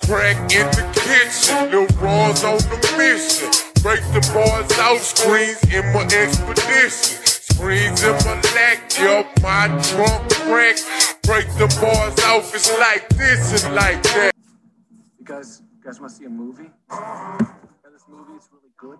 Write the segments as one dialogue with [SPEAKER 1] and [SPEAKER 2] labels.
[SPEAKER 1] crack in the kitchen. Lil' Raw's on the mission. Break the bars out, screens in my expedition. Screens in my lack, yo, my trunk crack. Break the bars out, it's like this and like that.
[SPEAKER 2] You guys, you guys want to see a movie? Yeah, this movie is really good.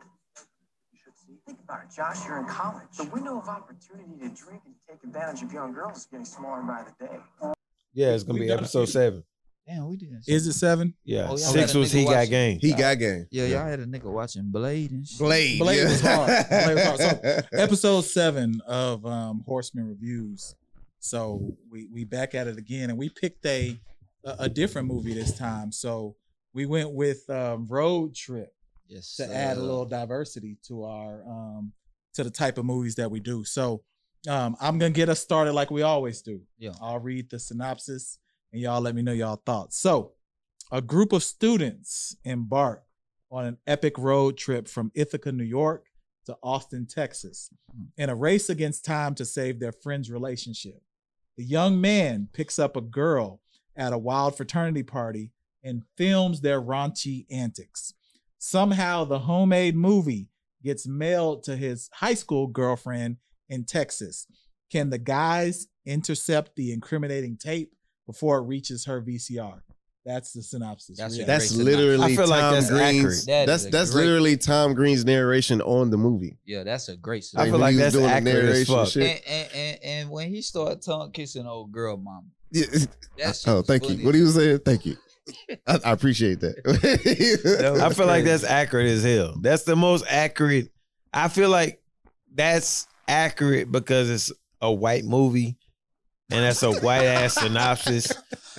[SPEAKER 2] You should see. it.
[SPEAKER 3] Think about it, Josh. You're in college. The window of opportunity to drink and take advantage of young girls is getting smaller by the day.
[SPEAKER 4] Yeah, it's gonna
[SPEAKER 5] We
[SPEAKER 4] be
[SPEAKER 5] done.
[SPEAKER 4] episode seven.
[SPEAKER 6] Damn, we did. that shit.
[SPEAKER 5] Is it seven?
[SPEAKER 4] Yeah,
[SPEAKER 6] Oh, y'all
[SPEAKER 4] six
[SPEAKER 6] got a
[SPEAKER 4] was he
[SPEAKER 6] nigga
[SPEAKER 4] got
[SPEAKER 6] watching.
[SPEAKER 4] game.
[SPEAKER 7] He got game.
[SPEAKER 6] Yeah, y'all had a nigga watching Blade and shit.
[SPEAKER 7] Blade.
[SPEAKER 5] Blade
[SPEAKER 7] yeah.
[SPEAKER 5] was hard. Blade was hard. So, Episode seven of um, Horseman Reviews. So we we back at it again, and we picked a a, a different movie this time. So we went with um, Road Trip.
[SPEAKER 6] Yes,
[SPEAKER 5] to add a
[SPEAKER 6] sir.
[SPEAKER 5] little diversity to our um to the type of movies that we do. So um I'm gonna get us started like we always do.
[SPEAKER 6] Yeah.
[SPEAKER 5] I'll read the synopsis and y'all let me know y'all thoughts. So a group of students embark on an epic road trip from Ithaca, New York to Austin, Texas, in a race against time to save their friend's relationship. The young man picks up a girl at a wild fraternity party and films their raunchy antics. Somehow the homemade movie gets mailed to his high school girlfriend in Texas. Can the guys intercept the incriminating tape before it reaches her VCR? That's the synopsis.
[SPEAKER 6] That's
[SPEAKER 5] Read.
[SPEAKER 6] a
[SPEAKER 7] That's
[SPEAKER 6] Great synopsis.
[SPEAKER 7] literally
[SPEAKER 4] I feel like
[SPEAKER 7] Tom
[SPEAKER 4] that's
[SPEAKER 7] Green's.
[SPEAKER 4] accurate.
[SPEAKER 6] That is
[SPEAKER 7] that's
[SPEAKER 6] a
[SPEAKER 7] that's
[SPEAKER 6] great-
[SPEAKER 7] literally Tom Green's narration on the movie.
[SPEAKER 6] Yeah, that's a great.
[SPEAKER 4] I
[SPEAKER 6] Story.
[SPEAKER 4] feel
[SPEAKER 7] when
[SPEAKER 4] like
[SPEAKER 7] he was
[SPEAKER 4] that's
[SPEAKER 7] doing the
[SPEAKER 4] accurate as
[SPEAKER 7] narration
[SPEAKER 4] fuck.
[SPEAKER 7] shit.
[SPEAKER 6] and, and, and, and when he started tongue kissing old girl mama,
[SPEAKER 7] Yeah.
[SPEAKER 6] that shit
[SPEAKER 7] Oh,
[SPEAKER 6] was
[SPEAKER 7] thank
[SPEAKER 6] funny.
[SPEAKER 7] you. What he was saying? Thank you. I, I appreciate that.
[SPEAKER 4] I feel like that's accurate as hell. That's the most accurate. I feel like that's accurate because it's a white movie and that's a white ass synopsis.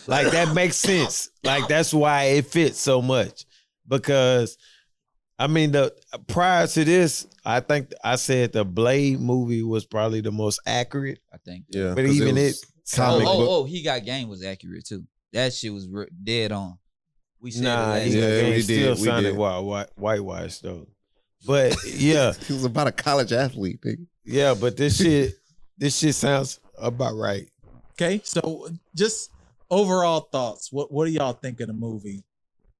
[SPEAKER 4] Like that makes sense. Like that's why it fits so much because I mean the prior to this, I think I said the Blade movie was probably the most accurate,
[SPEAKER 6] I think.
[SPEAKER 7] yeah.
[SPEAKER 4] but
[SPEAKER 7] 'cause
[SPEAKER 4] even it,
[SPEAKER 7] was comic
[SPEAKER 6] oh,
[SPEAKER 7] book.
[SPEAKER 6] oh, oh, he got game was accurate too. That shit was re- dead on. We said
[SPEAKER 4] nah,
[SPEAKER 6] it
[SPEAKER 4] it,
[SPEAKER 6] last
[SPEAKER 7] yeah,
[SPEAKER 4] it
[SPEAKER 7] we
[SPEAKER 4] still
[SPEAKER 7] did, we
[SPEAKER 4] sounded
[SPEAKER 7] did.
[SPEAKER 4] white, white, whitewashed though. But yeah,
[SPEAKER 7] He was about a college athlete. Nigga.
[SPEAKER 4] Yeah, but this shit, this shit sounds about right.
[SPEAKER 5] Okay, so just overall thoughts. What what do y'all think of the movie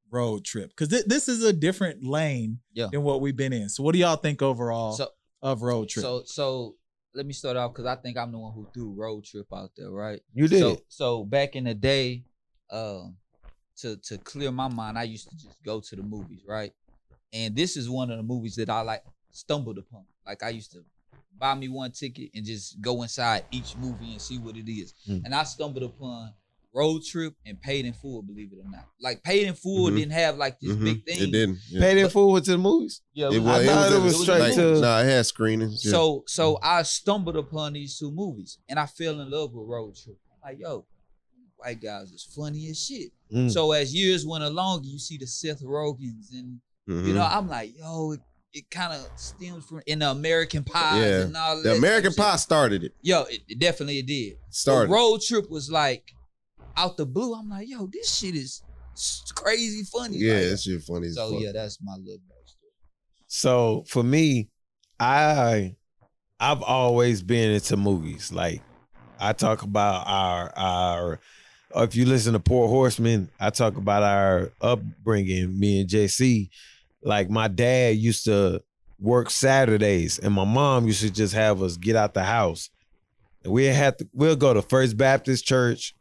[SPEAKER 5] Road Trip? Because this is a different lane
[SPEAKER 6] Yeah.
[SPEAKER 5] than what we've been in. So what do y'all think overall
[SPEAKER 6] So
[SPEAKER 5] of Road Trip?
[SPEAKER 6] so so let me start off because I think I'm the one who threw road trip out there, right?
[SPEAKER 4] You did.
[SPEAKER 6] So so back in the day, um, to to clear my mind, I used to just go to the movies, right? And this is one of the movies that I like stumbled upon. Like I used to buy me one ticket and just go inside each movie and see what it is.
[SPEAKER 4] Mm.
[SPEAKER 6] And I stumbled upon Road Trip and Paid in Full, believe it or not. Like Paid in Full
[SPEAKER 7] Mhm.
[SPEAKER 6] didn't have like this
[SPEAKER 7] Mhm.
[SPEAKER 6] big thing.
[SPEAKER 7] It didn't. Yeah.
[SPEAKER 4] Paid in full to the movies.
[SPEAKER 6] Yeah,
[SPEAKER 7] It
[SPEAKER 4] I
[SPEAKER 7] was,
[SPEAKER 4] thought
[SPEAKER 7] it
[SPEAKER 4] it
[SPEAKER 7] was,
[SPEAKER 4] was straight
[SPEAKER 7] like,
[SPEAKER 4] to-
[SPEAKER 7] Nah, it had screenings. Yeah. Mm.
[SPEAKER 6] So so I stumbled upon these two movies and I fell in love with Road Trip. I'm like, yo, white guys is funny as shit.
[SPEAKER 4] Mm.
[SPEAKER 6] So as years went along, you see the Seth Rogans and
[SPEAKER 7] Mhm.
[SPEAKER 6] you know, I'm like, yo, it, it kind of stems from in the American Pie
[SPEAKER 7] Yeah.
[SPEAKER 6] and all that.
[SPEAKER 7] the American
[SPEAKER 6] type
[SPEAKER 7] Pie
[SPEAKER 6] shit.
[SPEAKER 7] started it.
[SPEAKER 6] Yo, it, it definitely did. The
[SPEAKER 7] Started.
[SPEAKER 6] road trip was like out the blue. I'm like, yo, this shit is s- crazy funny.
[SPEAKER 7] yeah,
[SPEAKER 6] Like,
[SPEAKER 7] that shit funny. as
[SPEAKER 6] so
[SPEAKER 7] fuck.
[SPEAKER 6] yeah, that's my little bro story.
[SPEAKER 4] So for me, I I've always been into movies. Like I talk about our our or if you listen to Poor Horseman, I talk about our upbringing, me and JC. Like my dad used to work Saturdays and my mom used to just have us get out the house. And we had to we'll go to First Baptist Church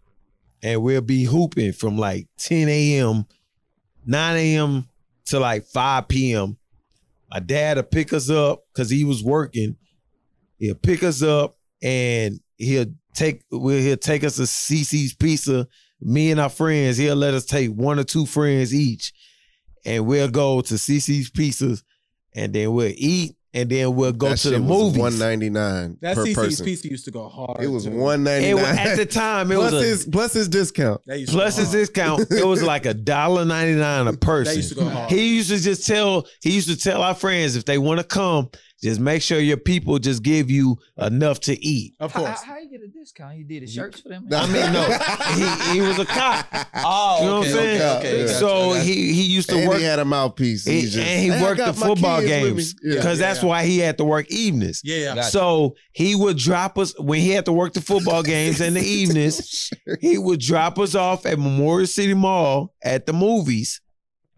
[SPEAKER 4] and we'll be hooping from like 10 a.m., 9 a.m. to like 5 p.m. My dad will pick us up because he was working. He'll pick us up and he'll take we'll, he'll take us to CC's Pizza. Me and our friends, he'll let us take one or two friends each, and we'll go to CC's Pizzas, and then we'll eat, and then we'll go
[SPEAKER 7] That
[SPEAKER 4] to
[SPEAKER 7] shit
[SPEAKER 4] the
[SPEAKER 7] was
[SPEAKER 4] movies.
[SPEAKER 7] One ninety nine per
[SPEAKER 5] that CC's
[SPEAKER 7] person.
[SPEAKER 5] Pizza used to go hard.
[SPEAKER 7] It was
[SPEAKER 5] too.
[SPEAKER 7] one ninety
[SPEAKER 4] It was,
[SPEAKER 7] nine.
[SPEAKER 4] at the time, it
[SPEAKER 7] plus
[SPEAKER 4] was a-
[SPEAKER 7] his plus his discount.
[SPEAKER 5] That used to go
[SPEAKER 4] plus his
[SPEAKER 5] hard.
[SPEAKER 4] discount. It was like a dollar ninety nine a person.
[SPEAKER 5] That used to go hard.
[SPEAKER 4] He used to just tell he used to tell our friends if they want to come, Just make sure your people just give you enough to eat.
[SPEAKER 5] Of
[SPEAKER 6] How,
[SPEAKER 5] course.
[SPEAKER 6] how, how you get a discount? You did a shirts for them?
[SPEAKER 4] I mean, no, he, he was a cop.
[SPEAKER 6] Oh,
[SPEAKER 4] You know what I'm
[SPEAKER 7] okay,
[SPEAKER 4] saying?
[SPEAKER 7] okay, okay,
[SPEAKER 4] so
[SPEAKER 7] gotcha, gotcha.
[SPEAKER 4] he he used to
[SPEAKER 7] and
[SPEAKER 4] work
[SPEAKER 7] he had a mouthpiece.
[SPEAKER 4] he-
[SPEAKER 7] just,
[SPEAKER 4] and he
[SPEAKER 7] "Hey, I
[SPEAKER 4] worked the
[SPEAKER 7] got my
[SPEAKER 4] football
[SPEAKER 7] kids with
[SPEAKER 4] games
[SPEAKER 7] me." Yeah.
[SPEAKER 4] because
[SPEAKER 5] Yeah,
[SPEAKER 4] that's
[SPEAKER 5] yeah.
[SPEAKER 4] why he had to work evenings.
[SPEAKER 5] Yeah, yeah.
[SPEAKER 6] Gotcha.
[SPEAKER 4] So he would drop us when he had to work the football games in the
[SPEAKER 6] Oh,
[SPEAKER 4] evenings. he would drop us off at Memorial City Mall at the movies,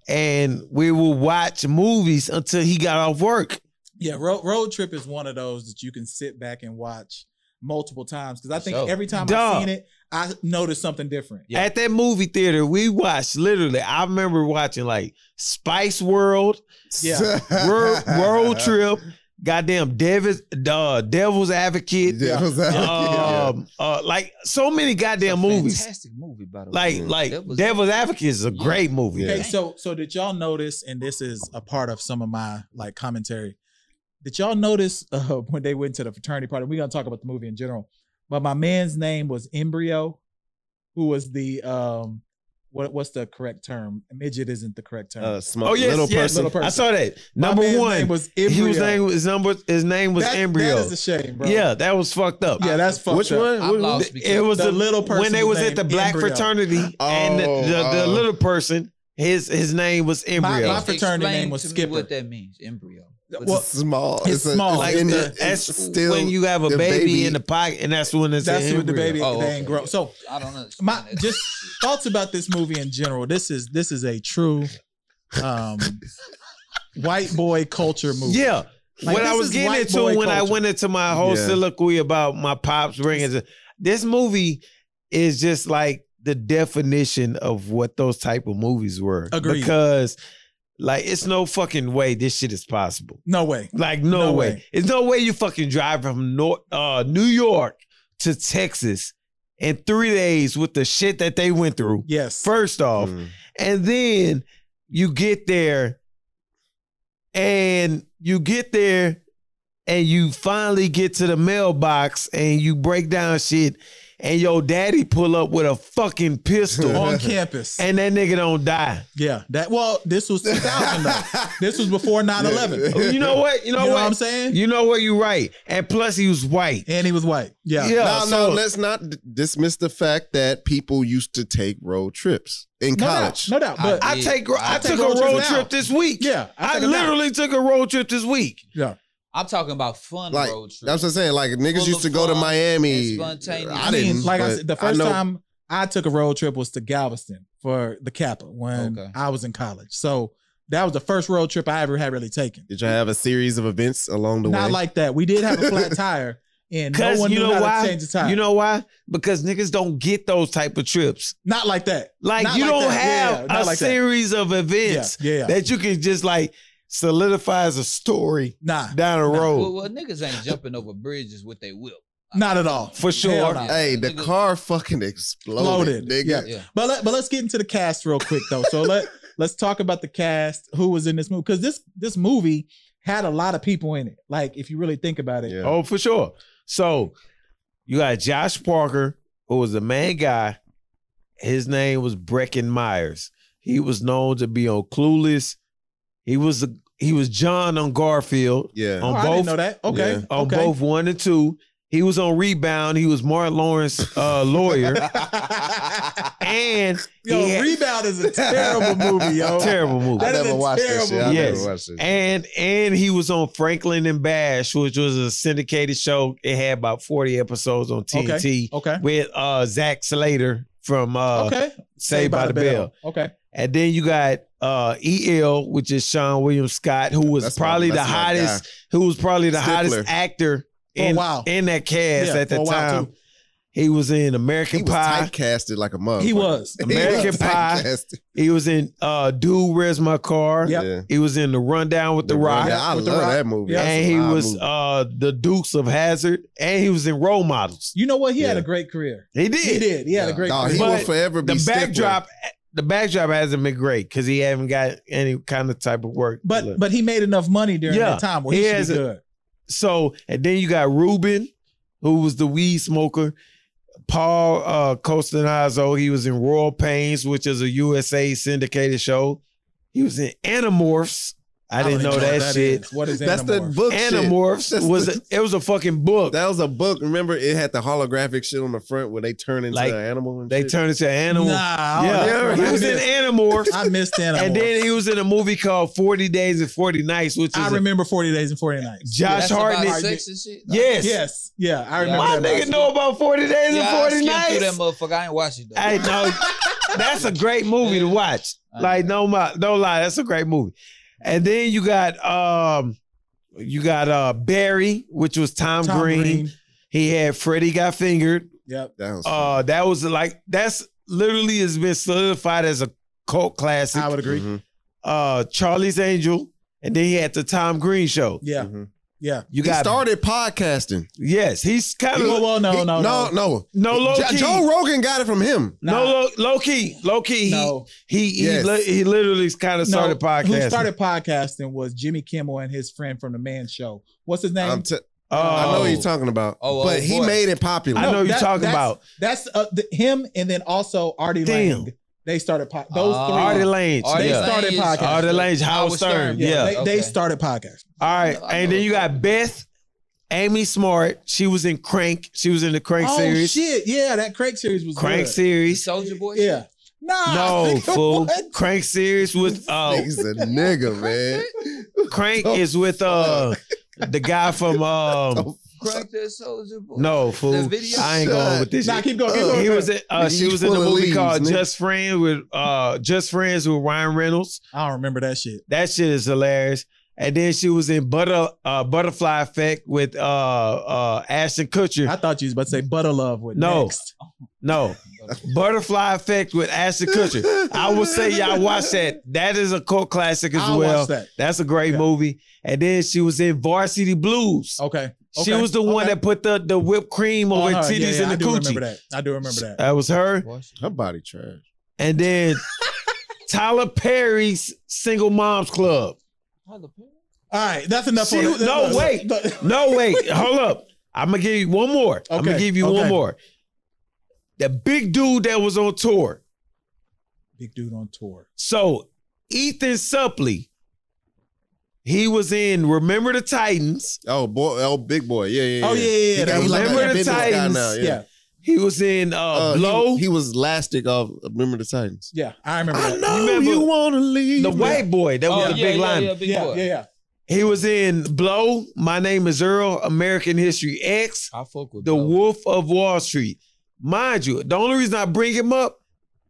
[SPEAKER 4] and we would watch movies until he got off work.
[SPEAKER 5] Yeah, road road trip is one of those that you can sit back and watch multiple times because I think
[SPEAKER 6] So-
[SPEAKER 5] every time
[SPEAKER 4] Duh.
[SPEAKER 5] I've seen it, I noticed something different.
[SPEAKER 6] Yeah.
[SPEAKER 4] At that movie theater, we watched literally. I remember watching like Spice World,
[SPEAKER 5] Yeah.
[SPEAKER 4] World, World Trip, goddamn Devil's, uh, Devil's Advocate,
[SPEAKER 7] Yeah, was that- yeah.
[SPEAKER 4] um, uh, like so many goddamn movies.
[SPEAKER 6] Fantastic movie, by the
[SPEAKER 4] Like,
[SPEAKER 6] way.
[SPEAKER 4] like
[SPEAKER 6] That was-
[SPEAKER 4] Devil's Advocate is a great movie.
[SPEAKER 5] Okay,
[SPEAKER 6] Yeah.
[SPEAKER 5] so so did y'all notice? And this is a part of some of my like commentary. Did y'all notice uh, when they went to the fraternity party? We're gonna talk about the movie in general, but my man's name was Embryo, who was the um, what what's the correct term? Midget isn't the correct term.
[SPEAKER 7] Uh, small,
[SPEAKER 4] Oh yes,
[SPEAKER 7] little
[SPEAKER 4] yes.
[SPEAKER 7] person.
[SPEAKER 5] Little person.
[SPEAKER 4] I saw that.
[SPEAKER 5] My
[SPEAKER 4] Number
[SPEAKER 5] man's
[SPEAKER 4] one,
[SPEAKER 5] name was Embryo.
[SPEAKER 4] he was name his number. His name was
[SPEAKER 5] That-
[SPEAKER 4] Embryo.
[SPEAKER 5] That is a shame, bro.
[SPEAKER 4] yeah, that was fucked up.
[SPEAKER 5] yeah, that's fucked
[SPEAKER 7] Which
[SPEAKER 5] up.
[SPEAKER 7] one?
[SPEAKER 6] I'm
[SPEAKER 7] Which-
[SPEAKER 6] lost because
[SPEAKER 4] It was
[SPEAKER 5] The
[SPEAKER 4] the
[SPEAKER 5] little person
[SPEAKER 4] when they was
[SPEAKER 5] named
[SPEAKER 4] at the black
[SPEAKER 5] Embryo.
[SPEAKER 4] fraternity and the,
[SPEAKER 7] Oh,
[SPEAKER 4] the, the
[SPEAKER 7] oh.
[SPEAKER 4] little person. His his name was Embryo.
[SPEAKER 5] my fraternity name was
[SPEAKER 6] Explain to me What
[SPEAKER 5] Skipper.
[SPEAKER 6] that means, embryo.
[SPEAKER 7] It's
[SPEAKER 5] Well,
[SPEAKER 7] small.
[SPEAKER 5] it's small.
[SPEAKER 4] like
[SPEAKER 5] It's
[SPEAKER 7] in
[SPEAKER 5] the-
[SPEAKER 7] the-
[SPEAKER 4] that's
[SPEAKER 7] it's still
[SPEAKER 4] when you have a
[SPEAKER 7] the
[SPEAKER 4] baby,
[SPEAKER 7] baby-
[SPEAKER 4] in the pocket, and that's when it's
[SPEAKER 5] that's
[SPEAKER 4] an
[SPEAKER 5] what the
[SPEAKER 4] embryo.
[SPEAKER 5] baby
[SPEAKER 6] Oh,
[SPEAKER 5] they
[SPEAKER 6] okay.
[SPEAKER 5] ain't grow. So
[SPEAKER 6] I don't understand.
[SPEAKER 5] my
[SPEAKER 6] that.
[SPEAKER 5] just thoughts about this movie in general. This is this is a true um white boy culture movie.
[SPEAKER 4] Yeah.
[SPEAKER 5] Like,
[SPEAKER 4] what I
[SPEAKER 5] this
[SPEAKER 4] was
[SPEAKER 5] is
[SPEAKER 4] getting
[SPEAKER 5] white
[SPEAKER 4] into
[SPEAKER 5] boy
[SPEAKER 4] when I
[SPEAKER 5] culture.
[SPEAKER 4] went into my whole
[SPEAKER 7] Yeah.
[SPEAKER 4] soliloquy about my pops ringing, the- this movie is just like the definition of what those type of movies were.
[SPEAKER 5] Agreed.
[SPEAKER 4] Because like it's no fucking way this shit is possible.
[SPEAKER 5] No way.
[SPEAKER 4] Like no,
[SPEAKER 5] No
[SPEAKER 4] way.
[SPEAKER 5] way.
[SPEAKER 4] It's no way you fucking drive from North, uh, New York to Texas in three days with the shit that they went through.
[SPEAKER 5] Yes.
[SPEAKER 4] First off,
[SPEAKER 7] Mm.
[SPEAKER 4] and then you get there and you get there and you finally get to the mailbox and you break down shit and your daddy pull up with a fucking pistol
[SPEAKER 5] on campus.
[SPEAKER 4] and that nigga don't die.
[SPEAKER 5] yeah. That well, this was 2000 though. This was before 9/11. You know,
[SPEAKER 4] You know what? You know,
[SPEAKER 5] what
[SPEAKER 4] what?
[SPEAKER 5] I'm saying?
[SPEAKER 4] you know what? You're right. And plus he was white.
[SPEAKER 5] and he was white. Yeah.
[SPEAKER 4] Yeah.
[SPEAKER 7] Now,
[SPEAKER 4] so-
[SPEAKER 7] now, let's not d- dismiss the fact that people used to take road trips in
[SPEAKER 5] No
[SPEAKER 7] college.
[SPEAKER 5] doubt. No doubt. But
[SPEAKER 4] I take I,
[SPEAKER 6] I
[SPEAKER 4] took
[SPEAKER 5] take
[SPEAKER 4] a
[SPEAKER 5] road
[SPEAKER 4] road,
[SPEAKER 5] trips now.
[SPEAKER 4] trip this week.
[SPEAKER 5] yeah,
[SPEAKER 4] I,
[SPEAKER 5] take it back.
[SPEAKER 4] literally took a road trip this week.
[SPEAKER 5] yeah.
[SPEAKER 6] I'm talking about fun
[SPEAKER 7] Like
[SPEAKER 6] road trips.
[SPEAKER 7] that's what I'm saying. Like niggas
[SPEAKER 6] Full
[SPEAKER 7] used to
[SPEAKER 6] of
[SPEAKER 7] go to
[SPEAKER 6] fun
[SPEAKER 7] Miami.
[SPEAKER 6] and spontaneous.
[SPEAKER 5] I,
[SPEAKER 7] I
[SPEAKER 5] mean,
[SPEAKER 7] didn't.
[SPEAKER 5] like I
[SPEAKER 7] but
[SPEAKER 5] said, the first
[SPEAKER 7] know-
[SPEAKER 5] time I took a road trip was to Galveston for the Kappa when
[SPEAKER 6] Okay.
[SPEAKER 5] I was in college. So that was the first road trip I ever had really taken.
[SPEAKER 7] Did you have a series of events along the
[SPEAKER 5] Not
[SPEAKER 7] way?
[SPEAKER 5] like that. We did have a flat tire, and no
[SPEAKER 4] Cause
[SPEAKER 5] one
[SPEAKER 4] you
[SPEAKER 5] knew
[SPEAKER 4] know
[SPEAKER 5] how to
[SPEAKER 4] why?
[SPEAKER 5] change the tire.
[SPEAKER 4] You know why? Because niggas don't get those type of trips.
[SPEAKER 5] not like that.
[SPEAKER 4] Like
[SPEAKER 5] Not
[SPEAKER 4] you
[SPEAKER 5] like
[SPEAKER 4] don't
[SPEAKER 5] that. Yeah,
[SPEAKER 4] have
[SPEAKER 5] not
[SPEAKER 4] a
[SPEAKER 5] like that.
[SPEAKER 4] series of
[SPEAKER 5] Yeah,
[SPEAKER 4] events
[SPEAKER 5] yeah. yeah.
[SPEAKER 4] that you can just like solidify as a story
[SPEAKER 5] Nah,
[SPEAKER 4] down the road.
[SPEAKER 6] well, well, niggas ain't jumping over bridges with they whip.
[SPEAKER 5] not at all.
[SPEAKER 4] For sure.
[SPEAKER 5] Hell nah.
[SPEAKER 7] Hey, the
[SPEAKER 6] Niggas-
[SPEAKER 7] car fucking exploded,
[SPEAKER 5] Loaded.
[SPEAKER 7] nigga.
[SPEAKER 5] Yeah.
[SPEAKER 6] Yeah.
[SPEAKER 5] But let, but let's get into the cast real quick though. So let let's talk about the cast. Who was in this movie? Because this this movie had a lot of people in it. Like if you really think about it,
[SPEAKER 7] Yeah.
[SPEAKER 4] Oh, for sure. So you got Josh Parker, who was the main guy. His name was Brecken Myers. He was known to be on Clueless. He was the he was John on Garfield
[SPEAKER 7] Yeah.
[SPEAKER 5] Oh,
[SPEAKER 4] on
[SPEAKER 5] I
[SPEAKER 4] both
[SPEAKER 5] didn't know that. Okay,
[SPEAKER 7] Yeah.
[SPEAKER 4] on
[SPEAKER 5] okay.
[SPEAKER 4] both one and two. He was on Rebound. He was Mark Lawrence uh, lawyer, and
[SPEAKER 5] Yo,
[SPEAKER 4] he had-
[SPEAKER 5] Rebound is a terrible movie, yo.
[SPEAKER 4] terrible movie.
[SPEAKER 7] I
[SPEAKER 5] That is
[SPEAKER 7] never
[SPEAKER 5] a
[SPEAKER 7] watched
[SPEAKER 5] terrible
[SPEAKER 7] that shit. I
[SPEAKER 4] Yes.
[SPEAKER 7] never watched it.
[SPEAKER 4] And and he was on Franklin and Bash, which was a syndicated show. It had about 40 episodes on TNT
[SPEAKER 5] Okay.
[SPEAKER 4] with uh Zach Slater from uh
[SPEAKER 5] okay.
[SPEAKER 4] Saved by, the Bell.
[SPEAKER 5] Okay.
[SPEAKER 4] And then you got uh EL, which is Sean William Scott, who was
[SPEAKER 7] That's my-
[SPEAKER 4] probably the
[SPEAKER 7] that's my guy.
[SPEAKER 4] hottest, who was probably the
[SPEAKER 7] Stifler.
[SPEAKER 4] hottest actor
[SPEAKER 5] For a
[SPEAKER 4] in,
[SPEAKER 5] while.
[SPEAKER 4] in that cast
[SPEAKER 5] Yeah,
[SPEAKER 4] at the
[SPEAKER 5] for a while,
[SPEAKER 4] time.
[SPEAKER 5] too.
[SPEAKER 4] He was in
[SPEAKER 7] He
[SPEAKER 4] American
[SPEAKER 7] was
[SPEAKER 4] Pie.
[SPEAKER 7] typecasted like a mother.
[SPEAKER 5] He was.
[SPEAKER 4] Oh, American Pie. He was in uh Dude, Where's My Car?
[SPEAKER 5] Yep.
[SPEAKER 7] Yeah.
[SPEAKER 4] He was in The Rundown with The, Rock.
[SPEAKER 7] Yeah, I
[SPEAKER 5] With
[SPEAKER 7] love
[SPEAKER 5] The Rock.
[SPEAKER 7] that movie.
[SPEAKER 5] Yeah.
[SPEAKER 7] That's
[SPEAKER 4] and
[SPEAKER 7] a
[SPEAKER 4] he
[SPEAKER 7] wild
[SPEAKER 4] was
[SPEAKER 7] movie.
[SPEAKER 4] uh the Dukes of Hazard, and he was in Role Models.
[SPEAKER 5] You know what? He had
[SPEAKER 7] Yeah.
[SPEAKER 5] a great career.
[SPEAKER 4] He did.
[SPEAKER 5] He did. He had a
[SPEAKER 6] Yeah.
[SPEAKER 5] great
[SPEAKER 7] Dog, he
[SPEAKER 5] career.
[SPEAKER 4] But
[SPEAKER 7] will forever be
[SPEAKER 4] The
[SPEAKER 7] Stifler.
[SPEAKER 4] backdrop, eh, the backdrop hasn't been great because he haven't got any kind of type of work.
[SPEAKER 5] But
[SPEAKER 4] Look.
[SPEAKER 5] but he made enough money during
[SPEAKER 4] Yeah.
[SPEAKER 5] that time where he,
[SPEAKER 4] He
[SPEAKER 5] should
[SPEAKER 4] has
[SPEAKER 5] be
[SPEAKER 4] a-
[SPEAKER 5] good.
[SPEAKER 4] so, and then you got Ruben, who was the weed smoker. Paul uh, Costanzo, he was in Royal Pains, which is a USA syndicated show. He was in Animorphs, I didn't know that, shit.
[SPEAKER 5] is. What is
[SPEAKER 7] That's the
[SPEAKER 5] Animorphs?
[SPEAKER 7] book shit.
[SPEAKER 4] Animorphs
[SPEAKER 7] That's
[SPEAKER 4] was
[SPEAKER 7] the-
[SPEAKER 4] a, it was a fucking book.
[SPEAKER 7] That was a book. Remember, it had the holographic shit on the front where they turn into
[SPEAKER 4] Like,
[SPEAKER 7] an animal. And
[SPEAKER 4] they
[SPEAKER 7] shit?
[SPEAKER 4] turned into an animal.
[SPEAKER 5] Nah, I
[SPEAKER 4] yeah,
[SPEAKER 5] don't-
[SPEAKER 7] yeah,
[SPEAKER 4] he was in Animorphs,
[SPEAKER 5] I missed Animorphs.
[SPEAKER 4] and then he was in a movie called Forty Days and Forty Nights, which is
[SPEAKER 5] I
[SPEAKER 4] a-
[SPEAKER 5] remember 40 Days and 40 Nights.
[SPEAKER 4] Josh
[SPEAKER 6] That's about
[SPEAKER 4] Hartnett.
[SPEAKER 6] sex and shit.
[SPEAKER 4] Yes,
[SPEAKER 5] Yes. Yeah, I
[SPEAKER 6] Yeah.
[SPEAKER 5] remember
[SPEAKER 4] My
[SPEAKER 5] that.
[SPEAKER 4] nigga know about Forty Days
[SPEAKER 6] Yeah,
[SPEAKER 4] and
[SPEAKER 6] I
[SPEAKER 4] Forty
[SPEAKER 6] skimmed
[SPEAKER 4] Nights.
[SPEAKER 6] through that motherfucker. I ain't watched it though.
[SPEAKER 4] Hey, no, that's a great movie to watch. Like, no, my, no lie, that's a great movie. And then you got, um, you got uh Barry, which was Tom,
[SPEAKER 5] Tom
[SPEAKER 4] Green. He had Freddie got fingered.
[SPEAKER 5] Yep.
[SPEAKER 7] That was
[SPEAKER 4] Uh, that was like that's literally has been solidified as a cult classic.
[SPEAKER 5] I would agree.
[SPEAKER 7] Mhm,
[SPEAKER 4] Uh, Charlie's Angel, and then he had the Tom Green show.
[SPEAKER 5] Yeah.
[SPEAKER 7] mhm.
[SPEAKER 5] Yeah.
[SPEAKER 4] You
[SPEAKER 7] he
[SPEAKER 4] got
[SPEAKER 7] started podcasting.
[SPEAKER 4] yes, he's kind
[SPEAKER 5] Well,
[SPEAKER 4] of
[SPEAKER 5] well, no,
[SPEAKER 7] He-
[SPEAKER 5] no, no,
[SPEAKER 7] no, no.
[SPEAKER 4] no low
[SPEAKER 7] Jo-
[SPEAKER 4] key,
[SPEAKER 7] Joe Rogan got it from him.
[SPEAKER 4] no
[SPEAKER 5] Nah.
[SPEAKER 4] low, low key, low key.
[SPEAKER 5] no.
[SPEAKER 4] He he
[SPEAKER 7] Yes.
[SPEAKER 4] he, li- he literally kind of started
[SPEAKER 5] No,
[SPEAKER 4] podcasting.
[SPEAKER 5] Who started podcasting was Jimmy Kimmel and his friend from the Man Show. What's his name?
[SPEAKER 7] I'm t-
[SPEAKER 4] Oh,
[SPEAKER 7] I know
[SPEAKER 6] Oh.
[SPEAKER 7] what you're talking about,
[SPEAKER 6] Oh, oh,
[SPEAKER 7] but he
[SPEAKER 6] boy.
[SPEAKER 7] made it popular.
[SPEAKER 4] I know you're talking
[SPEAKER 5] that's-
[SPEAKER 4] about.
[SPEAKER 5] That's uh, the, him, and then also Artie
[SPEAKER 4] Damn.
[SPEAKER 5] Lang. They started po- those
[SPEAKER 6] Ah.
[SPEAKER 5] three.
[SPEAKER 4] Artie Lange.
[SPEAKER 6] Artie
[SPEAKER 4] yeah.
[SPEAKER 5] Lang. started
[SPEAKER 6] Lange is-
[SPEAKER 5] podcasting.
[SPEAKER 4] Artie Lange, Howard
[SPEAKER 6] Howard
[SPEAKER 4] Stern.
[SPEAKER 6] Stern,
[SPEAKER 4] Yeah.
[SPEAKER 5] They,
[SPEAKER 6] Okay.
[SPEAKER 5] they started podcasting.
[SPEAKER 4] All right.
[SPEAKER 6] I
[SPEAKER 4] And
[SPEAKER 6] know
[SPEAKER 4] then you
[SPEAKER 6] that.
[SPEAKER 4] got Beth, Amy Smart. She was in Crank. She was in the Crank
[SPEAKER 5] oh
[SPEAKER 4] series.
[SPEAKER 5] shit! Yeah, that Crank series was
[SPEAKER 4] Crank
[SPEAKER 5] good.
[SPEAKER 4] series.
[SPEAKER 6] Soldier Boy. shit?
[SPEAKER 5] Yeah. Nah.
[SPEAKER 4] No,
[SPEAKER 5] nigga,
[SPEAKER 4] fool.
[SPEAKER 5] what?
[SPEAKER 4] Crank series with uh
[SPEAKER 7] He's a nigga, man.
[SPEAKER 4] Crank is with uh the guy from um
[SPEAKER 6] Crank that Soldier Boy.
[SPEAKER 4] No fool.
[SPEAKER 6] The video?
[SPEAKER 4] I ain't going with this
[SPEAKER 5] Nah,
[SPEAKER 4] shit.
[SPEAKER 5] keep going. Keep going.
[SPEAKER 4] He was in, uh, she
[SPEAKER 7] You
[SPEAKER 4] was in the
[SPEAKER 7] full of
[SPEAKER 4] movie
[SPEAKER 7] leaves,
[SPEAKER 4] called
[SPEAKER 7] nigga.
[SPEAKER 4] Just Friends with uh Just Friends with Ryan Reynolds.
[SPEAKER 5] I don't remember that shit.
[SPEAKER 4] That shit is hilarious. And then she was in Butter uh, Butterfly Effect with uh uh Ashton Kutcher.
[SPEAKER 5] I thought you was about to say Butter Love with
[SPEAKER 4] No.
[SPEAKER 5] next.
[SPEAKER 4] No, Butterfly Effect with Ashton Kutcher. I would say y'all watch that. That is a cult classic as
[SPEAKER 5] I'll
[SPEAKER 4] well.
[SPEAKER 5] watch that.
[SPEAKER 4] That's a great
[SPEAKER 5] Okay.
[SPEAKER 4] movie. And then she was in Varsity Blues.
[SPEAKER 5] Oh, Okay.
[SPEAKER 4] She was the one that put the, the whipped cream
[SPEAKER 5] Oh,
[SPEAKER 4] over her
[SPEAKER 5] her.
[SPEAKER 4] titties
[SPEAKER 5] Yeah, yeah,
[SPEAKER 4] in
[SPEAKER 5] I
[SPEAKER 4] the
[SPEAKER 5] do remember
[SPEAKER 4] coochie. Uh,
[SPEAKER 5] that. I do remember that.
[SPEAKER 4] That was her.
[SPEAKER 7] Her body trash.
[SPEAKER 4] And then Tyler Perry's Single Moms Club.
[SPEAKER 5] All right, that's enough.
[SPEAKER 4] She-
[SPEAKER 5] on that.
[SPEAKER 4] no, wait. No, wait, hold up. I'm gonna give you one more. I'm gonna
[SPEAKER 5] Okay,
[SPEAKER 4] give you one
[SPEAKER 5] okay.
[SPEAKER 4] more. The big dude that was on tour.
[SPEAKER 5] Big dude on tour.
[SPEAKER 4] So Ethan Suppley, he was in Remember the Titans.
[SPEAKER 7] Oh boy, oh big boy, yeah, yeah.
[SPEAKER 5] Oh, yeah, yeah, yeah,
[SPEAKER 7] He got-
[SPEAKER 5] that
[SPEAKER 7] he
[SPEAKER 5] was
[SPEAKER 7] like
[SPEAKER 5] Remember
[SPEAKER 7] that
[SPEAKER 4] the
[SPEAKER 7] business guy
[SPEAKER 4] Titans.
[SPEAKER 7] now,
[SPEAKER 5] Yeah,
[SPEAKER 7] yeah.
[SPEAKER 5] yeah.
[SPEAKER 4] He was in uh,
[SPEAKER 7] Uh, he-
[SPEAKER 4] Blow.
[SPEAKER 7] He, was Elastic of Remember the Titans.
[SPEAKER 5] I remember. that.
[SPEAKER 4] remember
[SPEAKER 7] wanna leave.
[SPEAKER 4] the white boy that
[SPEAKER 6] Oh,
[SPEAKER 4] was the
[SPEAKER 6] yeah,
[SPEAKER 4] big
[SPEAKER 6] yeah,
[SPEAKER 4] line.
[SPEAKER 6] yeah, big
[SPEAKER 5] Yeah,
[SPEAKER 6] boy.
[SPEAKER 5] yeah, yeah.
[SPEAKER 4] He was in Blow. My name is Earl. American History X.
[SPEAKER 6] I fuck with
[SPEAKER 4] The
[SPEAKER 6] Bo.
[SPEAKER 4] Wolf of Wall Street. Mind you, the only reason I bring him up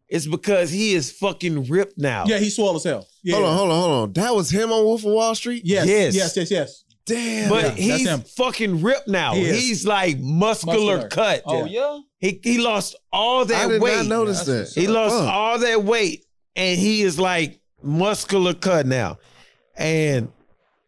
[SPEAKER 4] is because he is fucking ripped now.
[SPEAKER 5] Yeah, he swole as hell. Yeah.
[SPEAKER 7] Hold on, hold on, hold on. That was him on Wolf of Wall Street.
[SPEAKER 5] Yes,
[SPEAKER 4] Yes.
[SPEAKER 5] yes, yes, yes, yes.
[SPEAKER 7] Damn.
[SPEAKER 5] Yeah,
[SPEAKER 4] But
[SPEAKER 5] that's him.
[SPEAKER 4] he's fucking ripped now.
[SPEAKER 5] He is.
[SPEAKER 4] he's like muscular,
[SPEAKER 5] Muscular.
[SPEAKER 4] cut.
[SPEAKER 6] Oh yeah.
[SPEAKER 4] He he lost all
[SPEAKER 7] I
[SPEAKER 4] that
[SPEAKER 7] did
[SPEAKER 4] weight.
[SPEAKER 7] not notice
[SPEAKER 6] Yeah,
[SPEAKER 7] that.
[SPEAKER 6] that's
[SPEAKER 4] He lost
[SPEAKER 7] Fuck.
[SPEAKER 4] all that weight and he is like muscular cut now. And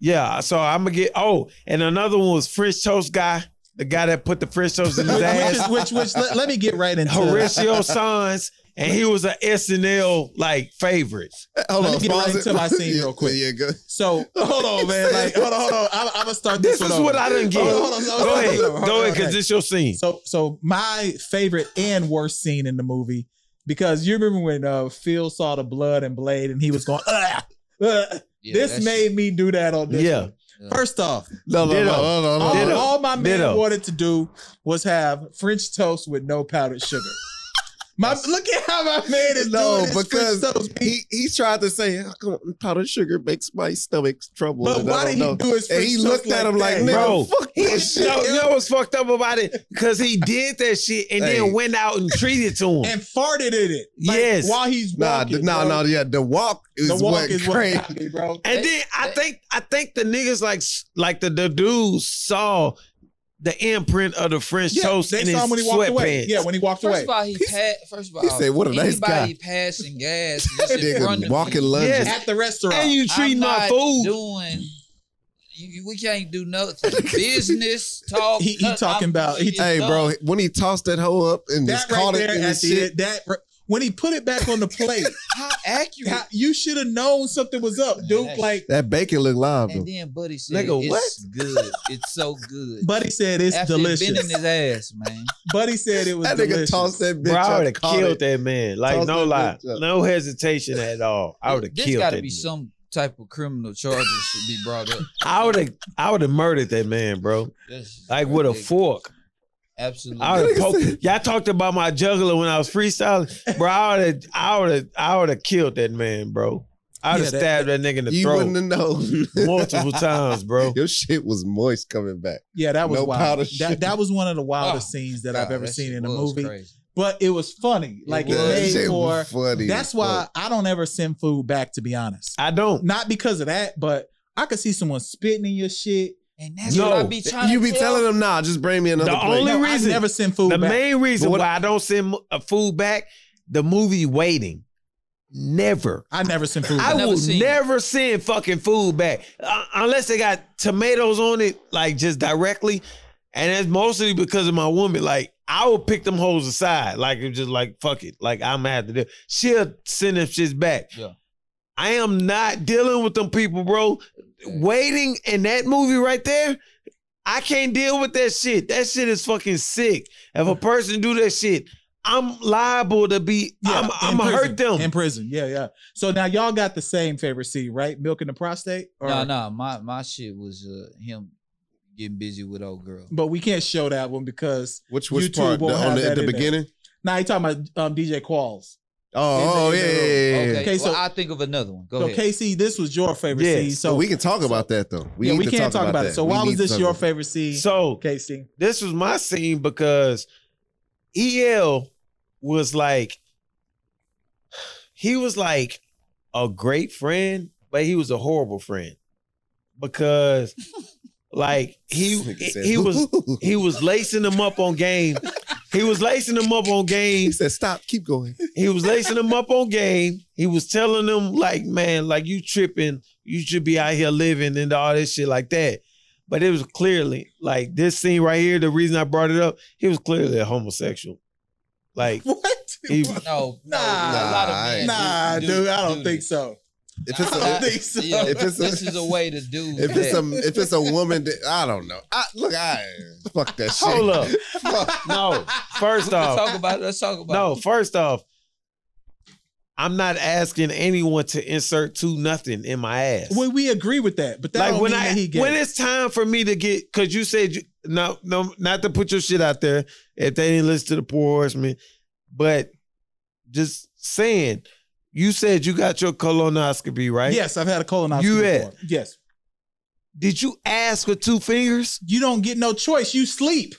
[SPEAKER 4] yeah, so I'm gonna get oh, and another one was French toast guy, the guy that put the French toast in
[SPEAKER 5] Which,
[SPEAKER 4] his
[SPEAKER 5] which, is-
[SPEAKER 4] ass,
[SPEAKER 5] which, which let, let me get right into.
[SPEAKER 4] Horatio Sons, and he was a SNL like favorite.
[SPEAKER 7] Hold
[SPEAKER 5] Let me
[SPEAKER 7] on,
[SPEAKER 5] get right
[SPEAKER 7] pause
[SPEAKER 5] into
[SPEAKER 7] it.
[SPEAKER 5] my scene
[SPEAKER 7] Yeah,
[SPEAKER 5] real quick.
[SPEAKER 7] Yeah, go.
[SPEAKER 5] So hold on, man. Like, hold on, hold on. I'm, I'm gonna start this,
[SPEAKER 4] This is
[SPEAKER 5] one
[SPEAKER 4] what
[SPEAKER 5] over.
[SPEAKER 4] I didn't get.
[SPEAKER 5] Hold on, hold on, hold on,
[SPEAKER 4] Go
[SPEAKER 5] hold on,
[SPEAKER 4] ahead,
[SPEAKER 5] hold on,
[SPEAKER 4] go
[SPEAKER 5] hold
[SPEAKER 4] ahead,
[SPEAKER 5] on,
[SPEAKER 4] because
[SPEAKER 5] okay.
[SPEAKER 4] this your scene.
[SPEAKER 5] So, so my favorite and worst scene in the movie because you remember when uh, Phil saw the blood and blade and he was going, "Ah, ah."
[SPEAKER 6] Yeah, that
[SPEAKER 5] this
[SPEAKER 6] shit.
[SPEAKER 5] made me do that on this.
[SPEAKER 4] Yeah.
[SPEAKER 5] one. First off,
[SPEAKER 7] No, no, no,
[SPEAKER 4] Ditto.
[SPEAKER 7] no, no, no.
[SPEAKER 5] all,
[SPEAKER 4] Ditto.
[SPEAKER 5] all my man
[SPEAKER 4] Ditto.
[SPEAKER 5] wanted to do was have French toast with no powdered sugar. My look at how my man is
[SPEAKER 7] No,
[SPEAKER 5] doing this
[SPEAKER 7] because
[SPEAKER 5] French toast.
[SPEAKER 7] He he tried to say "How come powdered sugar makes my stomach trouble.
[SPEAKER 5] But
[SPEAKER 7] and I
[SPEAKER 5] why
[SPEAKER 7] don't
[SPEAKER 5] did he
[SPEAKER 7] know.
[SPEAKER 5] do his
[SPEAKER 7] And
[SPEAKER 5] French
[SPEAKER 7] he
[SPEAKER 5] toast
[SPEAKER 7] looked
[SPEAKER 5] like
[SPEAKER 7] at him like,
[SPEAKER 5] that?
[SPEAKER 7] nigga,
[SPEAKER 4] Bro,
[SPEAKER 7] fuck that
[SPEAKER 4] You
[SPEAKER 7] shit.
[SPEAKER 4] know, you know what's fucked up about it? Because he did that shit and
[SPEAKER 7] Hey.
[SPEAKER 4] then went out and treated to him.
[SPEAKER 5] and farted in it. Like,
[SPEAKER 4] Yes.
[SPEAKER 5] while he's
[SPEAKER 7] Nah,
[SPEAKER 5] walking.
[SPEAKER 7] nah,
[SPEAKER 5] bro.
[SPEAKER 7] nah, yeah. The walk is
[SPEAKER 5] The walk
[SPEAKER 7] what
[SPEAKER 5] is what
[SPEAKER 7] crazy.
[SPEAKER 5] got me, bro.
[SPEAKER 4] And
[SPEAKER 6] They-
[SPEAKER 4] then I
[SPEAKER 6] they-
[SPEAKER 4] think I think the niggas like s- like the, the dudes saw the imprint of the French toast
[SPEAKER 5] they
[SPEAKER 4] in his
[SPEAKER 5] saw him when he walked away.
[SPEAKER 4] sweatpants.
[SPEAKER 5] Yeah, when he walked
[SPEAKER 6] First
[SPEAKER 5] away.
[SPEAKER 6] of all, he passed. First of all,
[SPEAKER 7] he said, "What a nice
[SPEAKER 6] anybody passing gas just in front
[SPEAKER 7] Nigga
[SPEAKER 6] of
[SPEAKER 7] walking
[SPEAKER 6] me,
[SPEAKER 7] lunges.
[SPEAKER 4] Yes.
[SPEAKER 5] at the restaurant.
[SPEAKER 4] and you
[SPEAKER 6] I'm
[SPEAKER 4] treating my
[SPEAKER 6] not
[SPEAKER 4] food.
[SPEAKER 6] Doing, you- we can't do nothing. Business talk.
[SPEAKER 5] He- he
[SPEAKER 6] nothing.
[SPEAKER 5] talking
[SPEAKER 6] I'm-
[SPEAKER 5] about- he-
[SPEAKER 6] it's
[SPEAKER 7] Hey,
[SPEAKER 6] done.
[SPEAKER 7] bro, when he tossed that hoe up and
[SPEAKER 5] that
[SPEAKER 7] just
[SPEAKER 5] right
[SPEAKER 7] caught
[SPEAKER 5] there
[SPEAKER 7] it in
[SPEAKER 5] at
[SPEAKER 7] his
[SPEAKER 5] the
[SPEAKER 7] shit,
[SPEAKER 5] end, that when he put it back on the plate,
[SPEAKER 6] How accurate?
[SPEAKER 5] how- you should have known something was up,
[SPEAKER 6] Man,
[SPEAKER 5] Duke.
[SPEAKER 6] that-
[SPEAKER 5] Like
[SPEAKER 7] that bacon looked live.
[SPEAKER 6] and
[SPEAKER 7] though.
[SPEAKER 6] then Buddy said,
[SPEAKER 4] Nigga,
[SPEAKER 6] "It's
[SPEAKER 4] what?
[SPEAKER 6] good. It's so good."
[SPEAKER 5] Buddy said, it's
[SPEAKER 6] After bending
[SPEAKER 5] delicious.
[SPEAKER 6] his ass, man.
[SPEAKER 5] Buddy said it was
[SPEAKER 7] That nigga
[SPEAKER 5] delicious.
[SPEAKER 7] tossed that bitch
[SPEAKER 4] Bro, I
[SPEAKER 7] up,
[SPEAKER 4] would have
[SPEAKER 7] caught
[SPEAKER 4] killed
[SPEAKER 7] it.
[SPEAKER 4] that man. Like
[SPEAKER 7] Tossed
[SPEAKER 4] no
[SPEAKER 7] that
[SPEAKER 4] lie,
[SPEAKER 7] bitch up.
[SPEAKER 4] no hesitation at all. I would have
[SPEAKER 6] This
[SPEAKER 4] killed
[SPEAKER 6] gotta
[SPEAKER 4] that.
[SPEAKER 6] be
[SPEAKER 4] nigga.
[SPEAKER 6] some type of criminal charges should be brought up.
[SPEAKER 4] I would have I would have murdered that man, bro.
[SPEAKER 6] This is
[SPEAKER 4] Like with a
[SPEAKER 6] ridiculous.
[SPEAKER 4] fork.
[SPEAKER 6] Absolutely.
[SPEAKER 4] I would have poked. Y'all talked about my juggler when I was freestyling, bro. I would have I would have I would have killed that man, bro. I would
[SPEAKER 5] Yeah,
[SPEAKER 4] have
[SPEAKER 5] that-
[SPEAKER 4] stabbed that, nigga in the
[SPEAKER 7] you wouldn't
[SPEAKER 4] throat
[SPEAKER 7] have known.
[SPEAKER 4] multiple times, bro.
[SPEAKER 7] Your shit was moist coming back.
[SPEAKER 5] Yeah, that was
[SPEAKER 7] No powder
[SPEAKER 5] wild.
[SPEAKER 7] sugar.
[SPEAKER 5] That, that was one of the wildest
[SPEAKER 6] Oh,
[SPEAKER 5] scenes that I've
[SPEAKER 6] God,
[SPEAKER 5] ever
[SPEAKER 6] that
[SPEAKER 5] seen
[SPEAKER 6] shit
[SPEAKER 5] in a
[SPEAKER 6] was
[SPEAKER 5] movie.
[SPEAKER 6] crazy.
[SPEAKER 5] But it was funny. Like it
[SPEAKER 6] was.
[SPEAKER 7] That
[SPEAKER 5] made
[SPEAKER 7] shit
[SPEAKER 5] for.
[SPEAKER 7] was funny.
[SPEAKER 5] That's why I don't ever send food back. To be honest,
[SPEAKER 4] I don't.
[SPEAKER 5] not because of that, but I could see someone spitting in your shit.
[SPEAKER 6] And that's
[SPEAKER 4] No.
[SPEAKER 6] what I be trying
[SPEAKER 7] You
[SPEAKER 6] to
[SPEAKER 7] be
[SPEAKER 6] tell
[SPEAKER 7] telling them, nah, just bring me another
[SPEAKER 4] The
[SPEAKER 7] plate.
[SPEAKER 4] only
[SPEAKER 5] No,
[SPEAKER 4] reason-
[SPEAKER 5] I never send food
[SPEAKER 4] The
[SPEAKER 5] back.
[SPEAKER 4] main reason
[SPEAKER 7] But what-
[SPEAKER 4] why I don't send mo- uh, food back, the movie Waiting, never.
[SPEAKER 5] I never send food
[SPEAKER 4] I
[SPEAKER 5] back.
[SPEAKER 6] never
[SPEAKER 4] will
[SPEAKER 6] seen it.
[SPEAKER 4] never send fucking food back uh, unless they got tomatoes on it, like just directly. And that's mostly because of my woman. Like I will pick them hoes aside, like it's just like fuck it, like I'm gonna have to do. She'll send them shits back.
[SPEAKER 6] Yeah.
[SPEAKER 4] I am not dealing with them people, bro. Waiting in that movie right there, I can't deal with that shit. That shit is fucking sick. If a person do that shit, I'm liable to be.
[SPEAKER 5] Yeah, in
[SPEAKER 4] I'm, I'm
[SPEAKER 5] prison.
[SPEAKER 4] hurt them.
[SPEAKER 5] in prison. Yeah, yeah. So now y'all got the same favorite scene, right? Milking the prostate. Or-
[SPEAKER 6] No, no, my my shit was uh, him getting busy with old girl.
[SPEAKER 5] But we can't show that one because
[SPEAKER 7] Which which
[SPEAKER 5] YouTube
[SPEAKER 7] part? The,
[SPEAKER 5] won't
[SPEAKER 7] on
[SPEAKER 5] have
[SPEAKER 7] the,
[SPEAKER 5] that
[SPEAKER 7] at the
[SPEAKER 5] in there.
[SPEAKER 7] beginning?
[SPEAKER 5] now nah, you talking about um, DJ Qualls.
[SPEAKER 7] Oh, oh
[SPEAKER 5] In
[SPEAKER 7] yeah,
[SPEAKER 5] the- in the-
[SPEAKER 7] yeah, yeah, yeah.
[SPEAKER 6] Okay,
[SPEAKER 5] Okay,
[SPEAKER 6] so
[SPEAKER 5] so-
[SPEAKER 6] I think of another one. Go
[SPEAKER 5] so
[SPEAKER 6] ahead.
[SPEAKER 5] KC, this was your favorite
[SPEAKER 4] Yeah,
[SPEAKER 5] scene.
[SPEAKER 7] So
[SPEAKER 5] So
[SPEAKER 7] we can talk about that though. We
[SPEAKER 5] yeah,
[SPEAKER 7] need
[SPEAKER 5] we
[SPEAKER 7] to
[SPEAKER 5] can't
[SPEAKER 7] talk, about,
[SPEAKER 5] it.
[SPEAKER 7] that.
[SPEAKER 5] So
[SPEAKER 7] We
[SPEAKER 5] why
[SPEAKER 7] need
[SPEAKER 5] was
[SPEAKER 7] to
[SPEAKER 5] this
[SPEAKER 7] talk
[SPEAKER 5] your
[SPEAKER 7] about-
[SPEAKER 5] favorite scene,
[SPEAKER 4] So
[SPEAKER 5] KC?
[SPEAKER 4] this was my scene because EL was like, he was like a great friend, but he was a horrible friend because, like, he
[SPEAKER 7] Nigga said,
[SPEAKER 4] he was
[SPEAKER 7] "Ooh."
[SPEAKER 4] he was lacing them up on game. He was lacing them up on
[SPEAKER 7] He
[SPEAKER 4] game.
[SPEAKER 7] said, "Stop, keep going."
[SPEAKER 4] He was lacing them up on game. He was telling them like, man, like you tripping. You should be out here living and all this shit like that. But it was clearly like this scene right here. The reason I brought it up, he was clearly a homosexual. Like
[SPEAKER 5] What?
[SPEAKER 4] he,
[SPEAKER 6] No, no,
[SPEAKER 5] Nah,
[SPEAKER 6] a lot of men
[SPEAKER 5] Nah,
[SPEAKER 6] do-
[SPEAKER 5] dude,
[SPEAKER 6] do-
[SPEAKER 5] I don't
[SPEAKER 6] do
[SPEAKER 5] think
[SPEAKER 6] this.
[SPEAKER 5] so.
[SPEAKER 7] If it's
[SPEAKER 5] I
[SPEAKER 7] a,
[SPEAKER 5] don't think so.
[SPEAKER 6] Yeah,
[SPEAKER 7] If it's a-
[SPEAKER 6] this is a way to do.
[SPEAKER 7] if it's
[SPEAKER 6] that.
[SPEAKER 7] a if it's a woman, that, I don't know. I, look, I fuck that shit.
[SPEAKER 4] hold up.
[SPEAKER 7] Fuck.
[SPEAKER 4] No, first
[SPEAKER 6] let's
[SPEAKER 4] off,
[SPEAKER 6] talk about. it, Let's talk about.
[SPEAKER 4] no,
[SPEAKER 6] it.
[SPEAKER 4] first off, I'm not asking anyone to insert two nothing in my ass.
[SPEAKER 5] Well, we agree with that, but that
[SPEAKER 4] like
[SPEAKER 5] don't
[SPEAKER 4] when
[SPEAKER 5] mean
[SPEAKER 4] I
[SPEAKER 5] that he gay.
[SPEAKER 4] when it's time for me to get because you said you, no no not to put your shit out there if they didn't listen to the poor horseman, but just saying you said you got your colonoscopy right.
[SPEAKER 5] Yes, I've had a colonoscopy.
[SPEAKER 4] You had-
[SPEAKER 5] before. Yes,
[SPEAKER 4] Did you ask with two fingers?
[SPEAKER 5] you don't get no choice. You sleep.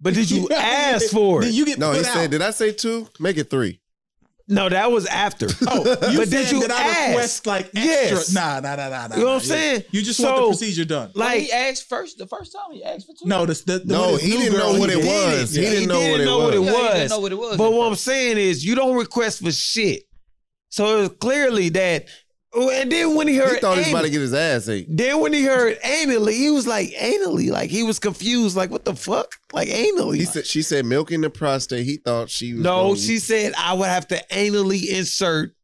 [SPEAKER 4] But did you ask for
[SPEAKER 5] Then
[SPEAKER 4] it?
[SPEAKER 5] you get
[SPEAKER 7] No,
[SPEAKER 5] put
[SPEAKER 7] he
[SPEAKER 5] out.
[SPEAKER 7] said, "Did I say two? Make it three.
[SPEAKER 4] No, that was after.
[SPEAKER 5] Oh, you
[SPEAKER 4] But
[SPEAKER 5] said
[SPEAKER 4] did you
[SPEAKER 5] that
[SPEAKER 4] ask?
[SPEAKER 5] I request like extra.
[SPEAKER 4] Yes.
[SPEAKER 5] Nah, nah, nah, nah, nah.
[SPEAKER 4] You know what
[SPEAKER 5] nah,
[SPEAKER 4] I'm saying?
[SPEAKER 5] You just want the
[SPEAKER 4] So-
[SPEAKER 5] procedure done.
[SPEAKER 6] Well,
[SPEAKER 4] Like
[SPEAKER 6] he asked first. The first time he asked for two.
[SPEAKER 5] No, this, the, the
[SPEAKER 7] No,
[SPEAKER 5] with his
[SPEAKER 7] he
[SPEAKER 5] new
[SPEAKER 7] didn't
[SPEAKER 5] girl,
[SPEAKER 7] know what it
[SPEAKER 5] did.
[SPEAKER 7] was. He
[SPEAKER 5] Yeah.
[SPEAKER 7] didn't know what it
[SPEAKER 6] Yeah,
[SPEAKER 7] was.
[SPEAKER 6] he didn't
[SPEAKER 4] was.
[SPEAKER 6] know what it was.
[SPEAKER 4] But
[SPEAKER 6] at
[SPEAKER 4] what I'm
[SPEAKER 6] first.
[SPEAKER 4] saying is, you don't request for shit. So it was clearly that. oh, And then when he heard,
[SPEAKER 7] He thought he was about
[SPEAKER 4] anal-
[SPEAKER 7] to get his ass ate.
[SPEAKER 4] then when he heard anally, he was like anally, like he was confused, like what the fuck, like anally.
[SPEAKER 7] He said, "She said milking the prostate." He thought she was
[SPEAKER 4] no,
[SPEAKER 7] gonna-
[SPEAKER 4] she said I would have to anally insert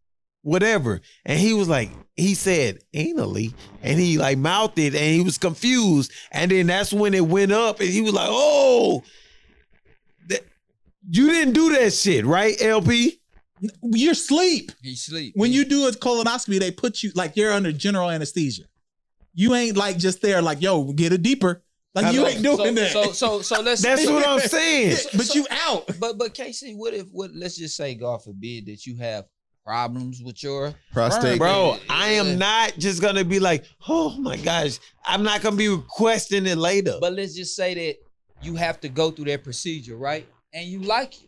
[SPEAKER 4] whatever, and he was like, he said anally, and he like mouthed it, and he was confused, and then that's when it went up, and he was like, oh, that, you didn't do that shit, right, LP?
[SPEAKER 5] You're asleep.
[SPEAKER 6] he sleep
[SPEAKER 5] When
[SPEAKER 6] He-
[SPEAKER 5] you do a colonoscopy, they put you like you're under general anesthesia. You ain't like just there like, yo, get it deeper. Like you
[SPEAKER 6] So-
[SPEAKER 5] ain't doing
[SPEAKER 6] so,
[SPEAKER 5] that.
[SPEAKER 6] So so so let's.
[SPEAKER 4] That's what I'm saying.
[SPEAKER 5] but you out.
[SPEAKER 4] Oh,
[SPEAKER 6] But but KC, what if what? Let's just say, God forbid, that you have problems with your
[SPEAKER 7] prostate.
[SPEAKER 4] Bro,
[SPEAKER 6] Yeah.
[SPEAKER 4] I am not just gonna be like, oh my gosh, I'm not gonna be requesting it later.
[SPEAKER 6] But let's just say that you have to go through that procedure, right? And you like it.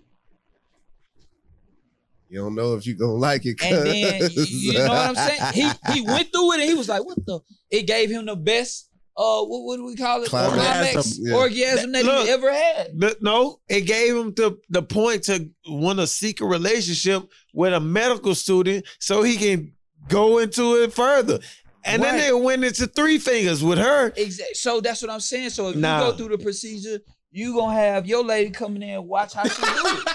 [SPEAKER 7] You don't know if you gonna like it.
[SPEAKER 6] And then
[SPEAKER 7] cuz-
[SPEAKER 6] you know what I'm saying? He he went through it and he was like, what the it gave him the best uh what, what do we call it?
[SPEAKER 7] Climax.
[SPEAKER 6] Climax
[SPEAKER 7] Yeah.
[SPEAKER 6] orgasm that
[SPEAKER 4] Look.
[SPEAKER 6] he ever had.
[SPEAKER 4] But no, it gave him the, the point to want to seek a relationship with a medical student so he can go into it further. And then
[SPEAKER 6] Right.
[SPEAKER 4] they went into three fingers with her.
[SPEAKER 6] Exactly. So that's what I'm saying. So if
[SPEAKER 4] Nah.
[SPEAKER 6] you go through the procedure, you gonna have your lady coming in and watch how she do it.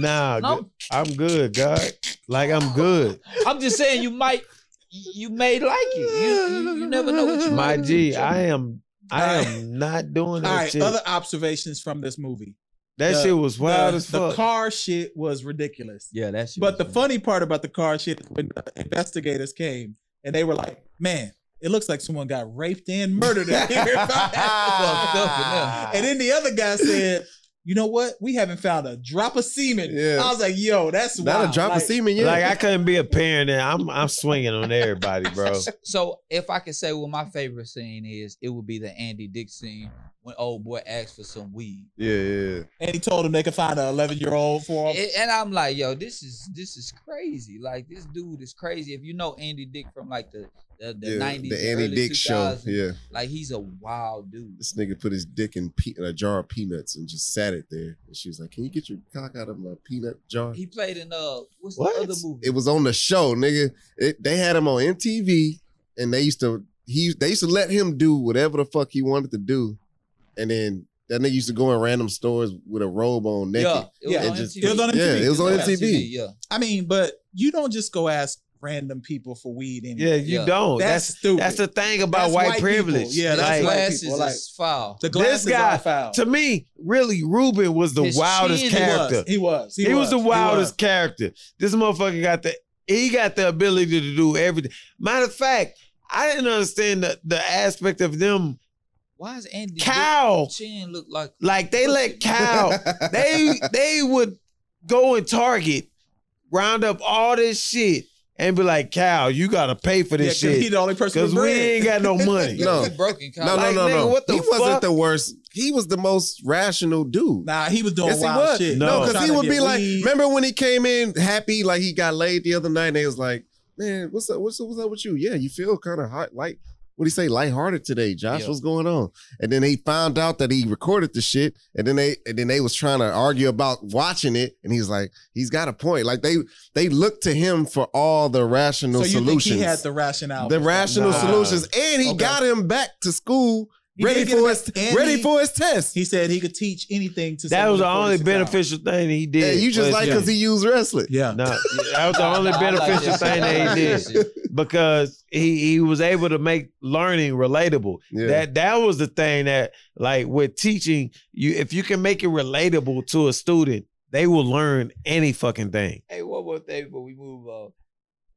[SPEAKER 4] Nah,
[SPEAKER 6] No.
[SPEAKER 4] I'm good, God. Like I'm good.
[SPEAKER 6] I'm just saying you might you may like it. You, you, you never know what you
[SPEAKER 4] My
[SPEAKER 6] might
[SPEAKER 4] G, I am I
[SPEAKER 5] All right.
[SPEAKER 4] am not doing
[SPEAKER 5] All
[SPEAKER 4] that
[SPEAKER 5] right.
[SPEAKER 4] shit.
[SPEAKER 5] Other observations from this movie.
[SPEAKER 4] that
[SPEAKER 5] the-
[SPEAKER 4] shit was wild
[SPEAKER 5] the,
[SPEAKER 4] as
[SPEAKER 5] the
[SPEAKER 4] fuck.
[SPEAKER 5] car shit was ridiculous.
[SPEAKER 6] Yeah, that's
[SPEAKER 5] But the funny part about the car shit when the investigators came, and they were like, "Man, it looks like someone got raped and murdered in here."
[SPEAKER 6] Fucked up enough.
[SPEAKER 5] and then the other guy said, "You know what? We haven't found a drop of semen."
[SPEAKER 7] Yeah.
[SPEAKER 5] I was like, "Yo, that's
[SPEAKER 7] Not
[SPEAKER 5] wild.
[SPEAKER 7] a drop
[SPEAKER 5] Like,
[SPEAKER 7] of semen yet.
[SPEAKER 4] Like I couldn't be a parent, and I'm I'm swinging on everybody, bro.
[SPEAKER 6] So if I could say what my favorite scene is, it would be the Andy Dick scene when old boy asked for some weed.
[SPEAKER 7] yeah, yeah.
[SPEAKER 5] And he told him they could find an 11 year old
[SPEAKER 7] Um,
[SPEAKER 5] for him.
[SPEAKER 6] And and I'm like, yo, this is this is crazy. Like this dude is crazy. If you know Andy Dick from like the the, the
[SPEAKER 7] yeah.
[SPEAKER 6] 90s,
[SPEAKER 7] the Andy
[SPEAKER 6] early
[SPEAKER 7] Dick show.
[SPEAKER 6] 2000s,
[SPEAKER 7] Yeah.
[SPEAKER 6] like he's a wild dude.
[SPEAKER 7] This nigga put his dick in, pe- in a jar of peanuts and just sat it there. And she was like, Can you get your cock out of my peanut jar?
[SPEAKER 6] He played in uh, what's
[SPEAKER 4] What?
[SPEAKER 6] the other movie?
[SPEAKER 7] It was on the show, nigga. It, they had him on MTV and they used to he they used to let him do whatever the fuck he wanted to do. And then that nigga used to go in random stores with a robe on naked.
[SPEAKER 6] yeah,
[SPEAKER 5] Yeah,
[SPEAKER 6] it was on
[SPEAKER 7] it just-
[SPEAKER 6] MTV.
[SPEAKER 5] it was on
[SPEAKER 7] Yeah,
[SPEAKER 5] MTV.
[SPEAKER 7] it was on
[SPEAKER 5] Yeah.
[SPEAKER 7] MTV.
[SPEAKER 6] Yeah,
[SPEAKER 5] I mean, but you don't just go ask random people for weed anymore.
[SPEAKER 4] Yeah, you
[SPEAKER 6] Yeah.
[SPEAKER 4] don't.
[SPEAKER 5] that's,
[SPEAKER 4] That's
[SPEAKER 5] stupid.
[SPEAKER 4] that's the thing about
[SPEAKER 5] That's
[SPEAKER 4] white,
[SPEAKER 5] white people.
[SPEAKER 4] privilege.
[SPEAKER 5] Yeah, that's
[SPEAKER 4] Like,
[SPEAKER 5] white
[SPEAKER 6] glasses
[SPEAKER 5] people, like-
[SPEAKER 6] is foul.
[SPEAKER 5] the glasses
[SPEAKER 4] guy
[SPEAKER 5] are foul.
[SPEAKER 4] to me, really, Ruben was the
[SPEAKER 6] His
[SPEAKER 4] wildest
[SPEAKER 6] chin
[SPEAKER 5] he
[SPEAKER 4] character.
[SPEAKER 5] was. He was.
[SPEAKER 4] He, was, the
[SPEAKER 5] he
[SPEAKER 4] wildest character. This motherfucker got the he got the ability to do everything. Matter of fact, I didn't understand the, the aspect of them
[SPEAKER 6] Why is Andy
[SPEAKER 4] cow.
[SPEAKER 6] Dick's chin look like
[SPEAKER 4] Like they let cow. they they would go and target, round up all this shit, and be like, Cal, you gotta pay for
[SPEAKER 5] Yeah,
[SPEAKER 4] this
[SPEAKER 5] 'cause he
[SPEAKER 4] shit.
[SPEAKER 5] the only person
[SPEAKER 4] Cause
[SPEAKER 5] with
[SPEAKER 4] we
[SPEAKER 5] bread.
[SPEAKER 4] ain't got no money.
[SPEAKER 6] Yeah,
[SPEAKER 7] No.
[SPEAKER 6] you broken cow?
[SPEAKER 7] No, no,
[SPEAKER 4] Like,
[SPEAKER 7] no,
[SPEAKER 4] nigga,
[SPEAKER 7] no.
[SPEAKER 4] what the
[SPEAKER 7] he
[SPEAKER 4] fuck?
[SPEAKER 7] wasn't the worst. He was the most rational dude.
[SPEAKER 5] Nah, he was doing
[SPEAKER 7] yes, he
[SPEAKER 5] wild
[SPEAKER 7] was.
[SPEAKER 5] shit.
[SPEAKER 7] No,
[SPEAKER 4] No.
[SPEAKER 7] because
[SPEAKER 5] Trying
[SPEAKER 7] he
[SPEAKER 5] to
[SPEAKER 7] would
[SPEAKER 5] get
[SPEAKER 7] be like,
[SPEAKER 5] weed.
[SPEAKER 7] remember when he came in happy, like he got laid the other night, and they was like, man, what's up? What's up? What's up with you? Yeah, you feel kind of hot, light. What do you say, lighthearted today, Josh?
[SPEAKER 6] Yeah.
[SPEAKER 7] What's going on? And then he found out that he recorded the shit, and then they and then they was trying to argue about watching it, and he's like, he's got a point. Like they they looked to him for all the rational
[SPEAKER 5] so you
[SPEAKER 7] solutions,
[SPEAKER 5] think he had the rationale? for
[SPEAKER 7] the
[SPEAKER 5] something?
[SPEAKER 7] rational
[SPEAKER 4] Nah.
[SPEAKER 7] solutions, and he
[SPEAKER 5] Okay.
[SPEAKER 7] got him back to school
[SPEAKER 5] He
[SPEAKER 7] ready
[SPEAKER 5] did get
[SPEAKER 7] for
[SPEAKER 5] it
[SPEAKER 7] his
[SPEAKER 5] back, and
[SPEAKER 7] ready
[SPEAKER 5] he-
[SPEAKER 7] for his test.
[SPEAKER 5] He said he could teach anything to.
[SPEAKER 4] That
[SPEAKER 5] someone
[SPEAKER 4] was the
[SPEAKER 5] in
[SPEAKER 4] only
[SPEAKER 5] 46 hours.
[SPEAKER 4] beneficial thing he did.
[SPEAKER 7] Yeah, you just
[SPEAKER 4] for
[SPEAKER 7] like
[SPEAKER 4] his
[SPEAKER 7] because he
[SPEAKER 4] game.
[SPEAKER 7] used wrestling.
[SPEAKER 5] Yeah.
[SPEAKER 4] No, that was the only
[SPEAKER 6] I like
[SPEAKER 4] beneficial
[SPEAKER 6] this
[SPEAKER 4] thing
[SPEAKER 6] shit. I
[SPEAKER 4] that
[SPEAKER 6] like
[SPEAKER 4] he did
[SPEAKER 6] this shit.
[SPEAKER 4] because he he was able to make learning relatable.
[SPEAKER 7] Yeah.
[SPEAKER 4] That that was the thing that like with teaching you if you can make it relatable to a student, they will learn any fucking thing.
[SPEAKER 6] Hey, one more thing before we move on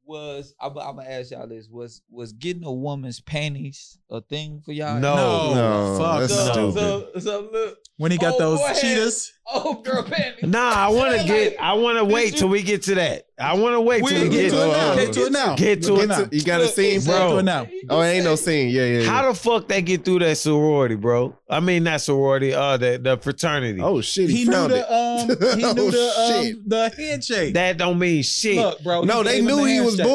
[SPEAKER 6] was I'm, I'm gonna ask y'all this was was getting a woman's panties a thing for y'all?
[SPEAKER 4] No.
[SPEAKER 7] No,
[SPEAKER 5] fuck.
[SPEAKER 7] that's
[SPEAKER 6] So,
[SPEAKER 4] No.
[SPEAKER 7] stupid.
[SPEAKER 6] so, so look,
[SPEAKER 5] When he got
[SPEAKER 6] Oh,
[SPEAKER 5] those
[SPEAKER 6] boy.
[SPEAKER 5] cheetahs,
[SPEAKER 6] oh girl panties.
[SPEAKER 4] Nah, I want to
[SPEAKER 6] Like,
[SPEAKER 4] get. I want to wait
[SPEAKER 6] you-
[SPEAKER 4] till we get to that. I want to wait till
[SPEAKER 5] we
[SPEAKER 4] we
[SPEAKER 5] get to it now.
[SPEAKER 7] Oh.
[SPEAKER 5] Get to it now.
[SPEAKER 4] Get to it.
[SPEAKER 7] It's a- you got a
[SPEAKER 6] look,
[SPEAKER 7] scene,
[SPEAKER 6] it's-
[SPEAKER 4] bro.
[SPEAKER 5] Get to it now.
[SPEAKER 7] Oh, it ain't no scene. Yeah, yeah. yeah.
[SPEAKER 4] How the fuck they get through that sorority, bro? I mean, not sorority. Uh, the the fraternity.
[SPEAKER 7] oh shit, he,
[SPEAKER 5] He knew
[SPEAKER 7] found it.
[SPEAKER 5] the um. He
[SPEAKER 7] Oh,
[SPEAKER 5] knew the
[SPEAKER 7] shit.
[SPEAKER 5] um. The handshake.
[SPEAKER 4] That don't mean shit.
[SPEAKER 5] Look, bro.
[SPEAKER 7] no,
[SPEAKER 5] gave
[SPEAKER 7] they
[SPEAKER 5] him
[SPEAKER 7] knew
[SPEAKER 5] the
[SPEAKER 7] he was
[SPEAKER 5] handshake.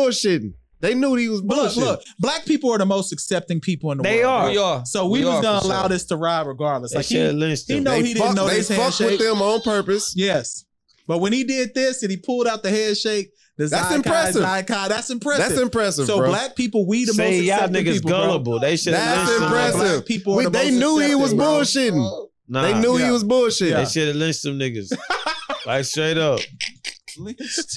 [SPEAKER 7] bullshitting. They knew he was
[SPEAKER 5] But look,
[SPEAKER 7] bullshitting.
[SPEAKER 5] look. Black people are the most accepting people in the
[SPEAKER 4] They
[SPEAKER 5] world.
[SPEAKER 4] are.
[SPEAKER 6] We are.
[SPEAKER 5] So we,
[SPEAKER 6] are
[SPEAKER 5] was gonna
[SPEAKER 6] for
[SPEAKER 5] allow
[SPEAKER 6] sure.
[SPEAKER 5] this to ride regardless.
[SPEAKER 4] they
[SPEAKER 5] Like
[SPEAKER 4] should have
[SPEAKER 5] he,
[SPEAKER 4] lynched
[SPEAKER 5] he
[SPEAKER 4] them.
[SPEAKER 5] know
[SPEAKER 7] they
[SPEAKER 5] he didn't
[SPEAKER 7] fuck-
[SPEAKER 5] know
[SPEAKER 7] they
[SPEAKER 5] this
[SPEAKER 7] fucked
[SPEAKER 5] handshake.
[SPEAKER 7] with them on purpose.
[SPEAKER 5] yes. But when he did this and he pulled out the handshake, the
[SPEAKER 7] That's
[SPEAKER 5] Zykai,
[SPEAKER 7] impressive.
[SPEAKER 5] Zykai, that's impressive.
[SPEAKER 7] That's impressive,
[SPEAKER 5] So
[SPEAKER 7] bro.
[SPEAKER 5] black people, we the
[SPEAKER 4] Say
[SPEAKER 5] most
[SPEAKER 4] y'all
[SPEAKER 5] accepting
[SPEAKER 4] niggas
[SPEAKER 5] people, bro.
[SPEAKER 4] gullible. They should have
[SPEAKER 7] That's
[SPEAKER 4] lynched them.
[SPEAKER 7] impressive.
[SPEAKER 5] Black people, are
[SPEAKER 7] We-
[SPEAKER 5] the
[SPEAKER 7] they
[SPEAKER 5] most
[SPEAKER 7] knew he
[SPEAKER 5] accepting,
[SPEAKER 7] was
[SPEAKER 5] bro.
[SPEAKER 7] bullshitting.
[SPEAKER 4] Nah,
[SPEAKER 7] They knew
[SPEAKER 5] Yeah.
[SPEAKER 7] he was bullshitting.
[SPEAKER 5] Yeah.
[SPEAKER 4] They should have lynched them niggas. like straight up.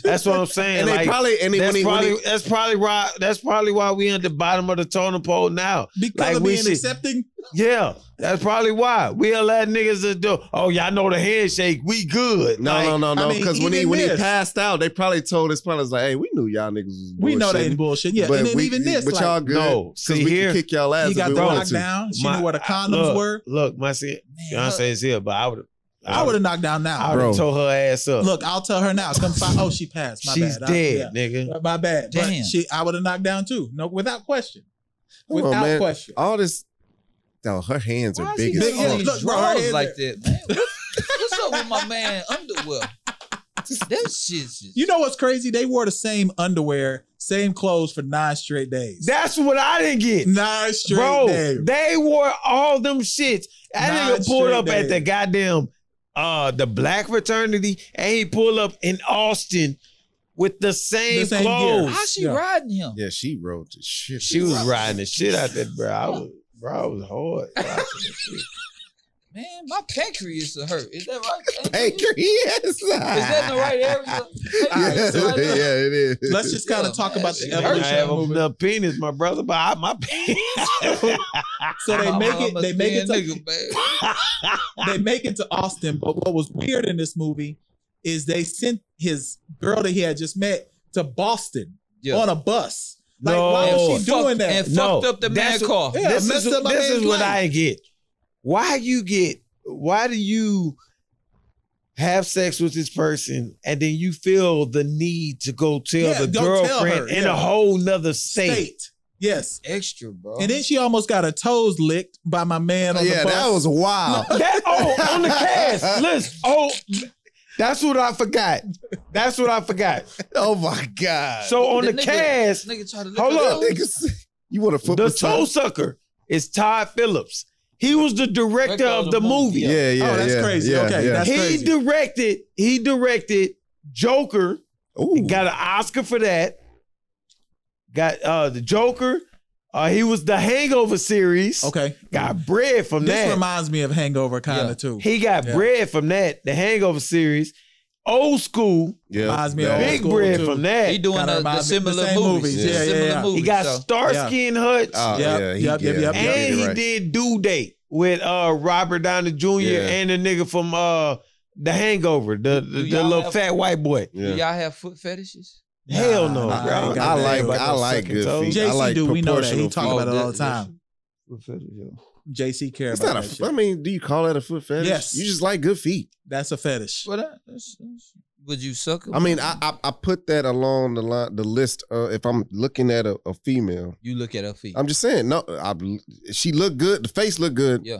[SPEAKER 4] That's what I'm saying.
[SPEAKER 7] And they
[SPEAKER 4] like
[SPEAKER 7] probably and they,
[SPEAKER 4] that's
[SPEAKER 7] when he,
[SPEAKER 4] probably
[SPEAKER 7] when he,
[SPEAKER 4] that's probably why that's probably why we at the bottom of the totem pole now.
[SPEAKER 5] Because
[SPEAKER 4] Like,
[SPEAKER 5] of
[SPEAKER 4] we
[SPEAKER 5] being
[SPEAKER 4] should-
[SPEAKER 5] accepting,
[SPEAKER 4] Yeah, that's probably why we allow niggas to do. Oh, y'all know the handshake. We good.
[SPEAKER 7] no,
[SPEAKER 4] Like,
[SPEAKER 7] no, no,
[SPEAKER 5] I
[SPEAKER 7] no.
[SPEAKER 5] mean,
[SPEAKER 7] Because
[SPEAKER 5] he
[SPEAKER 7] when he
[SPEAKER 5] didn't
[SPEAKER 7] when he
[SPEAKER 5] miss.
[SPEAKER 7] passed out, they probably told his partners like, "Hey, we knew y'all niggas was bullshitting."
[SPEAKER 5] we know they bullshit. Yeah,
[SPEAKER 7] but
[SPEAKER 5] and then
[SPEAKER 7] we,
[SPEAKER 5] even this,
[SPEAKER 7] but y'all
[SPEAKER 5] like,
[SPEAKER 7] good.
[SPEAKER 4] No,
[SPEAKER 7] because
[SPEAKER 4] see
[SPEAKER 7] we
[SPEAKER 4] here,
[SPEAKER 7] can kick y'all ass
[SPEAKER 5] he got
[SPEAKER 7] if
[SPEAKER 5] the
[SPEAKER 7] we wanted
[SPEAKER 5] lockdown.
[SPEAKER 7] to.
[SPEAKER 5] down. She
[SPEAKER 4] my-
[SPEAKER 5] knew where the condoms
[SPEAKER 4] look,
[SPEAKER 5] were.
[SPEAKER 4] Look, my see, Beyonce is here, but I would,
[SPEAKER 5] I would have knocked down now.
[SPEAKER 4] I would
[SPEAKER 7] Bro.
[SPEAKER 4] have tore her ass up.
[SPEAKER 5] Look, I'll tell her now. Come find. Oh, she passed. My
[SPEAKER 4] she's
[SPEAKER 5] bad. I-
[SPEAKER 4] dead, nigga.
[SPEAKER 5] yeah. My bad. But
[SPEAKER 6] Damn.
[SPEAKER 5] she, I would have knocked down too. No, without question.
[SPEAKER 7] Come on,
[SPEAKER 5] without
[SPEAKER 7] man.
[SPEAKER 5] question.
[SPEAKER 7] All this. No, her hands are
[SPEAKER 6] Why is
[SPEAKER 7] big
[SPEAKER 6] he
[SPEAKER 7] as
[SPEAKER 5] Big- yeah,
[SPEAKER 6] got all
[SPEAKER 7] fuck.
[SPEAKER 6] these
[SPEAKER 5] look, bro, her
[SPEAKER 6] drawers
[SPEAKER 5] head-
[SPEAKER 6] like that, man? What's, what's up with my man underwear? That shit's just
[SPEAKER 5] You know what's crazy? They wore the same underwear, same clothes for nine straight days.
[SPEAKER 4] That's what I didn't get,
[SPEAKER 5] nine straight
[SPEAKER 4] bro.
[SPEAKER 5] days.
[SPEAKER 4] They wore all them shits. That
[SPEAKER 5] Nine
[SPEAKER 4] nigga pulled
[SPEAKER 5] straight
[SPEAKER 4] up at the
[SPEAKER 5] days.
[SPEAKER 4] goddamn uh the black fraternity, and he pulled up in Austin with the same,
[SPEAKER 5] The same gear.
[SPEAKER 4] clothes.
[SPEAKER 6] how she
[SPEAKER 5] Yeah.
[SPEAKER 6] riding him?
[SPEAKER 7] Yeah, she wrote the shit.
[SPEAKER 4] She was riding the shit out that bro. I was, bro, I was hard.
[SPEAKER 6] Man, my pancreas is hurt. Is that right?
[SPEAKER 7] Hey,
[SPEAKER 6] Is
[SPEAKER 7] yes. Is
[SPEAKER 6] that in the right area?
[SPEAKER 7] Yeah,
[SPEAKER 6] Pancreas right there?
[SPEAKER 7] yeah, it is.
[SPEAKER 5] Let's just kind
[SPEAKER 6] Yeah,
[SPEAKER 5] of talk
[SPEAKER 6] man,
[SPEAKER 5] about the
[SPEAKER 6] it
[SPEAKER 4] I
[SPEAKER 5] evolution
[SPEAKER 4] have a
[SPEAKER 5] of the movement.
[SPEAKER 4] little penis, my brother, but I, my penis.
[SPEAKER 5] So they
[SPEAKER 6] My
[SPEAKER 5] make
[SPEAKER 6] mama
[SPEAKER 5] it. They make it.
[SPEAKER 6] thin
[SPEAKER 5] To,
[SPEAKER 6] nigga, man.
[SPEAKER 5] they make it to Austin. But what was weird in this movie is they sent his girl that he had just met to Boston
[SPEAKER 6] Yeah.
[SPEAKER 5] on a bus. Like, why
[SPEAKER 4] No.
[SPEAKER 5] was she doing
[SPEAKER 6] Fucked-
[SPEAKER 5] that?
[SPEAKER 6] And
[SPEAKER 4] No,
[SPEAKER 6] fucked up the man
[SPEAKER 4] that's what-
[SPEAKER 6] car.
[SPEAKER 5] Yeah,
[SPEAKER 4] this
[SPEAKER 5] messed
[SPEAKER 4] is,
[SPEAKER 5] up my
[SPEAKER 4] this
[SPEAKER 5] man's
[SPEAKER 4] is what
[SPEAKER 5] life.
[SPEAKER 4] I get. Why you get? Why do you have sex with this person and then you feel the need to go tell
[SPEAKER 5] Yeah,
[SPEAKER 4] the
[SPEAKER 5] go tell her,
[SPEAKER 4] girlfriend in
[SPEAKER 5] yeah.
[SPEAKER 4] a whole nother state?
[SPEAKER 5] State. Yes.
[SPEAKER 6] Extra, bro.
[SPEAKER 5] And then she almost got her toes licked by my man on
[SPEAKER 7] yeah,
[SPEAKER 5] the bus.
[SPEAKER 7] that was wild.
[SPEAKER 4] That oh on the cast list. Oh, that's what I forgot. That's what I forgot.
[SPEAKER 7] Oh my god.
[SPEAKER 4] So on the,
[SPEAKER 6] nigga-
[SPEAKER 4] cast,
[SPEAKER 6] nigga tried to lick
[SPEAKER 4] Hold
[SPEAKER 6] her
[SPEAKER 4] up.
[SPEAKER 6] toes.
[SPEAKER 7] Niggas, you want a football
[SPEAKER 4] the toe sucker is Todd Phillips. He was the director of the movie.
[SPEAKER 7] Yeah, yeah, yeah.
[SPEAKER 5] Oh, that's crazy.
[SPEAKER 7] Yeah,
[SPEAKER 5] Okay,
[SPEAKER 7] yeah.
[SPEAKER 5] that's-
[SPEAKER 4] he
[SPEAKER 5] crazy.
[SPEAKER 4] directed. He directed Joker.
[SPEAKER 7] Ooh.
[SPEAKER 4] and got an Oscar for that. Got uh the Joker. Uh, he was the Hangover series.
[SPEAKER 5] Okay.
[SPEAKER 4] Got bread from
[SPEAKER 5] This
[SPEAKER 4] that.
[SPEAKER 5] reminds me of Hangover kind
[SPEAKER 6] Yeah.
[SPEAKER 5] of too.
[SPEAKER 4] he got
[SPEAKER 5] Yeah.
[SPEAKER 4] bread from that. The Hangover series. Old school.
[SPEAKER 7] yeah.
[SPEAKER 5] reminds me of
[SPEAKER 7] Yeah.
[SPEAKER 5] old
[SPEAKER 4] big
[SPEAKER 5] school,
[SPEAKER 4] bread
[SPEAKER 5] too.
[SPEAKER 4] from that.
[SPEAKER 6] He
[SPEAKER 4] He,
[SPEAKER 6] doing
[SPEAKER 5] Kinda
[SPEAKER 6] uh, the
[SPEAKER 5] remind me- the
[SPEAKER 6] similar
[SPEAKER 5] same movies.
[SPEAKER 6] movies. Yeah,
[SPEAKER 5] Yeah, yeah,
[SPEAKER 6] similar
[SPEAKER 5] yeah. He
[SPEAKER 6] movies.
[SPEAKER 4] got
[SPEAKER 6] so.
[SPEAKER 4] Starsky and Hutch.
[SPEAKER 7] Oh,
[SPEAKER 5] Yep,
[SPEAKER 7] yeah, he-
[SPEAKER 5] yep, yep,
[SPEAKER 7] yeah,
[SPEAKER 5] yep.
[SPEAKER 7] you're
[SPEAKER 4] and he
[SPEAKER 7] right.
[SPEAKER 4] did Due Date with uh Robert Downey Jr.
[SPEAKER 7] Yeah.
[SPEAKER 4] and the nigga from uh The Hangover, the the,
[SPEAKER 6] Do
[SPEAKER 4] the
[SPEAKER 6] y'all
[SPEAKER 4] little
[SPEAKER 6] have-
[SPEAKER 4] fat white boy.
[SPEAKER 6] Do
[SPEAKER 7] Yeah.
[SPEAKER 6] y'all have foot fetishes?
[SPEAKER 4] Hell no,
[SPEAKER 5] nah,
[SPEAKER 4] bro.
[SPEAKER 5] I ain't got
[SPEAKER 7] I
[SPEAKER 5] that.
[SPEAKER 7] like
[SPEAKER 4] Everybody
[SPEAKER 7] I
[SPEAKER 4] gonna
[SPEAKER 7] like
[SPEAKER 4] suck your
[SPEAKER 7] good
[SPEAKER 4] toes.
[SPEAKER 7] feet. I
[SPEAKER 5] JC
[SPEAKER 7] like
[SPEAKER 5] do, we know that. He
[SPEAKER 7] proportional
[SPEAKER 5] talk
[SPEAKER 7] feet.
[SPEAKER 5] about it all
[SPEAKER 6] that-
[SPEAKER 5] the time. JC care
[SPEAKER 7] It's
[SPEAKER 5] about
[SPEAKER 7] not a.
[SPEAKER 5] that
[SPEAKER 7] f-
[SPEAKER 5] shit.
[SPEAKER 7] I mean, do you call that a foot fetish?
[SPEAKER 5] Yes.
[SPEAKER 7] You just like good feet.
[SPEAKER 5] That's a fetish.
[SPEAKER 6] Well, that- that's- that's- Would you suck him?
[SPEAKER 7] I mean, I I, I put that along the line, the list. Uh, if I'm looking at a, a female,
[SPEAKER 6] you look at her feet.
[SPEAKER 7] I'm just saying. No, I, she looked good. The face looked good.
[SPEAKER 6] Yeah.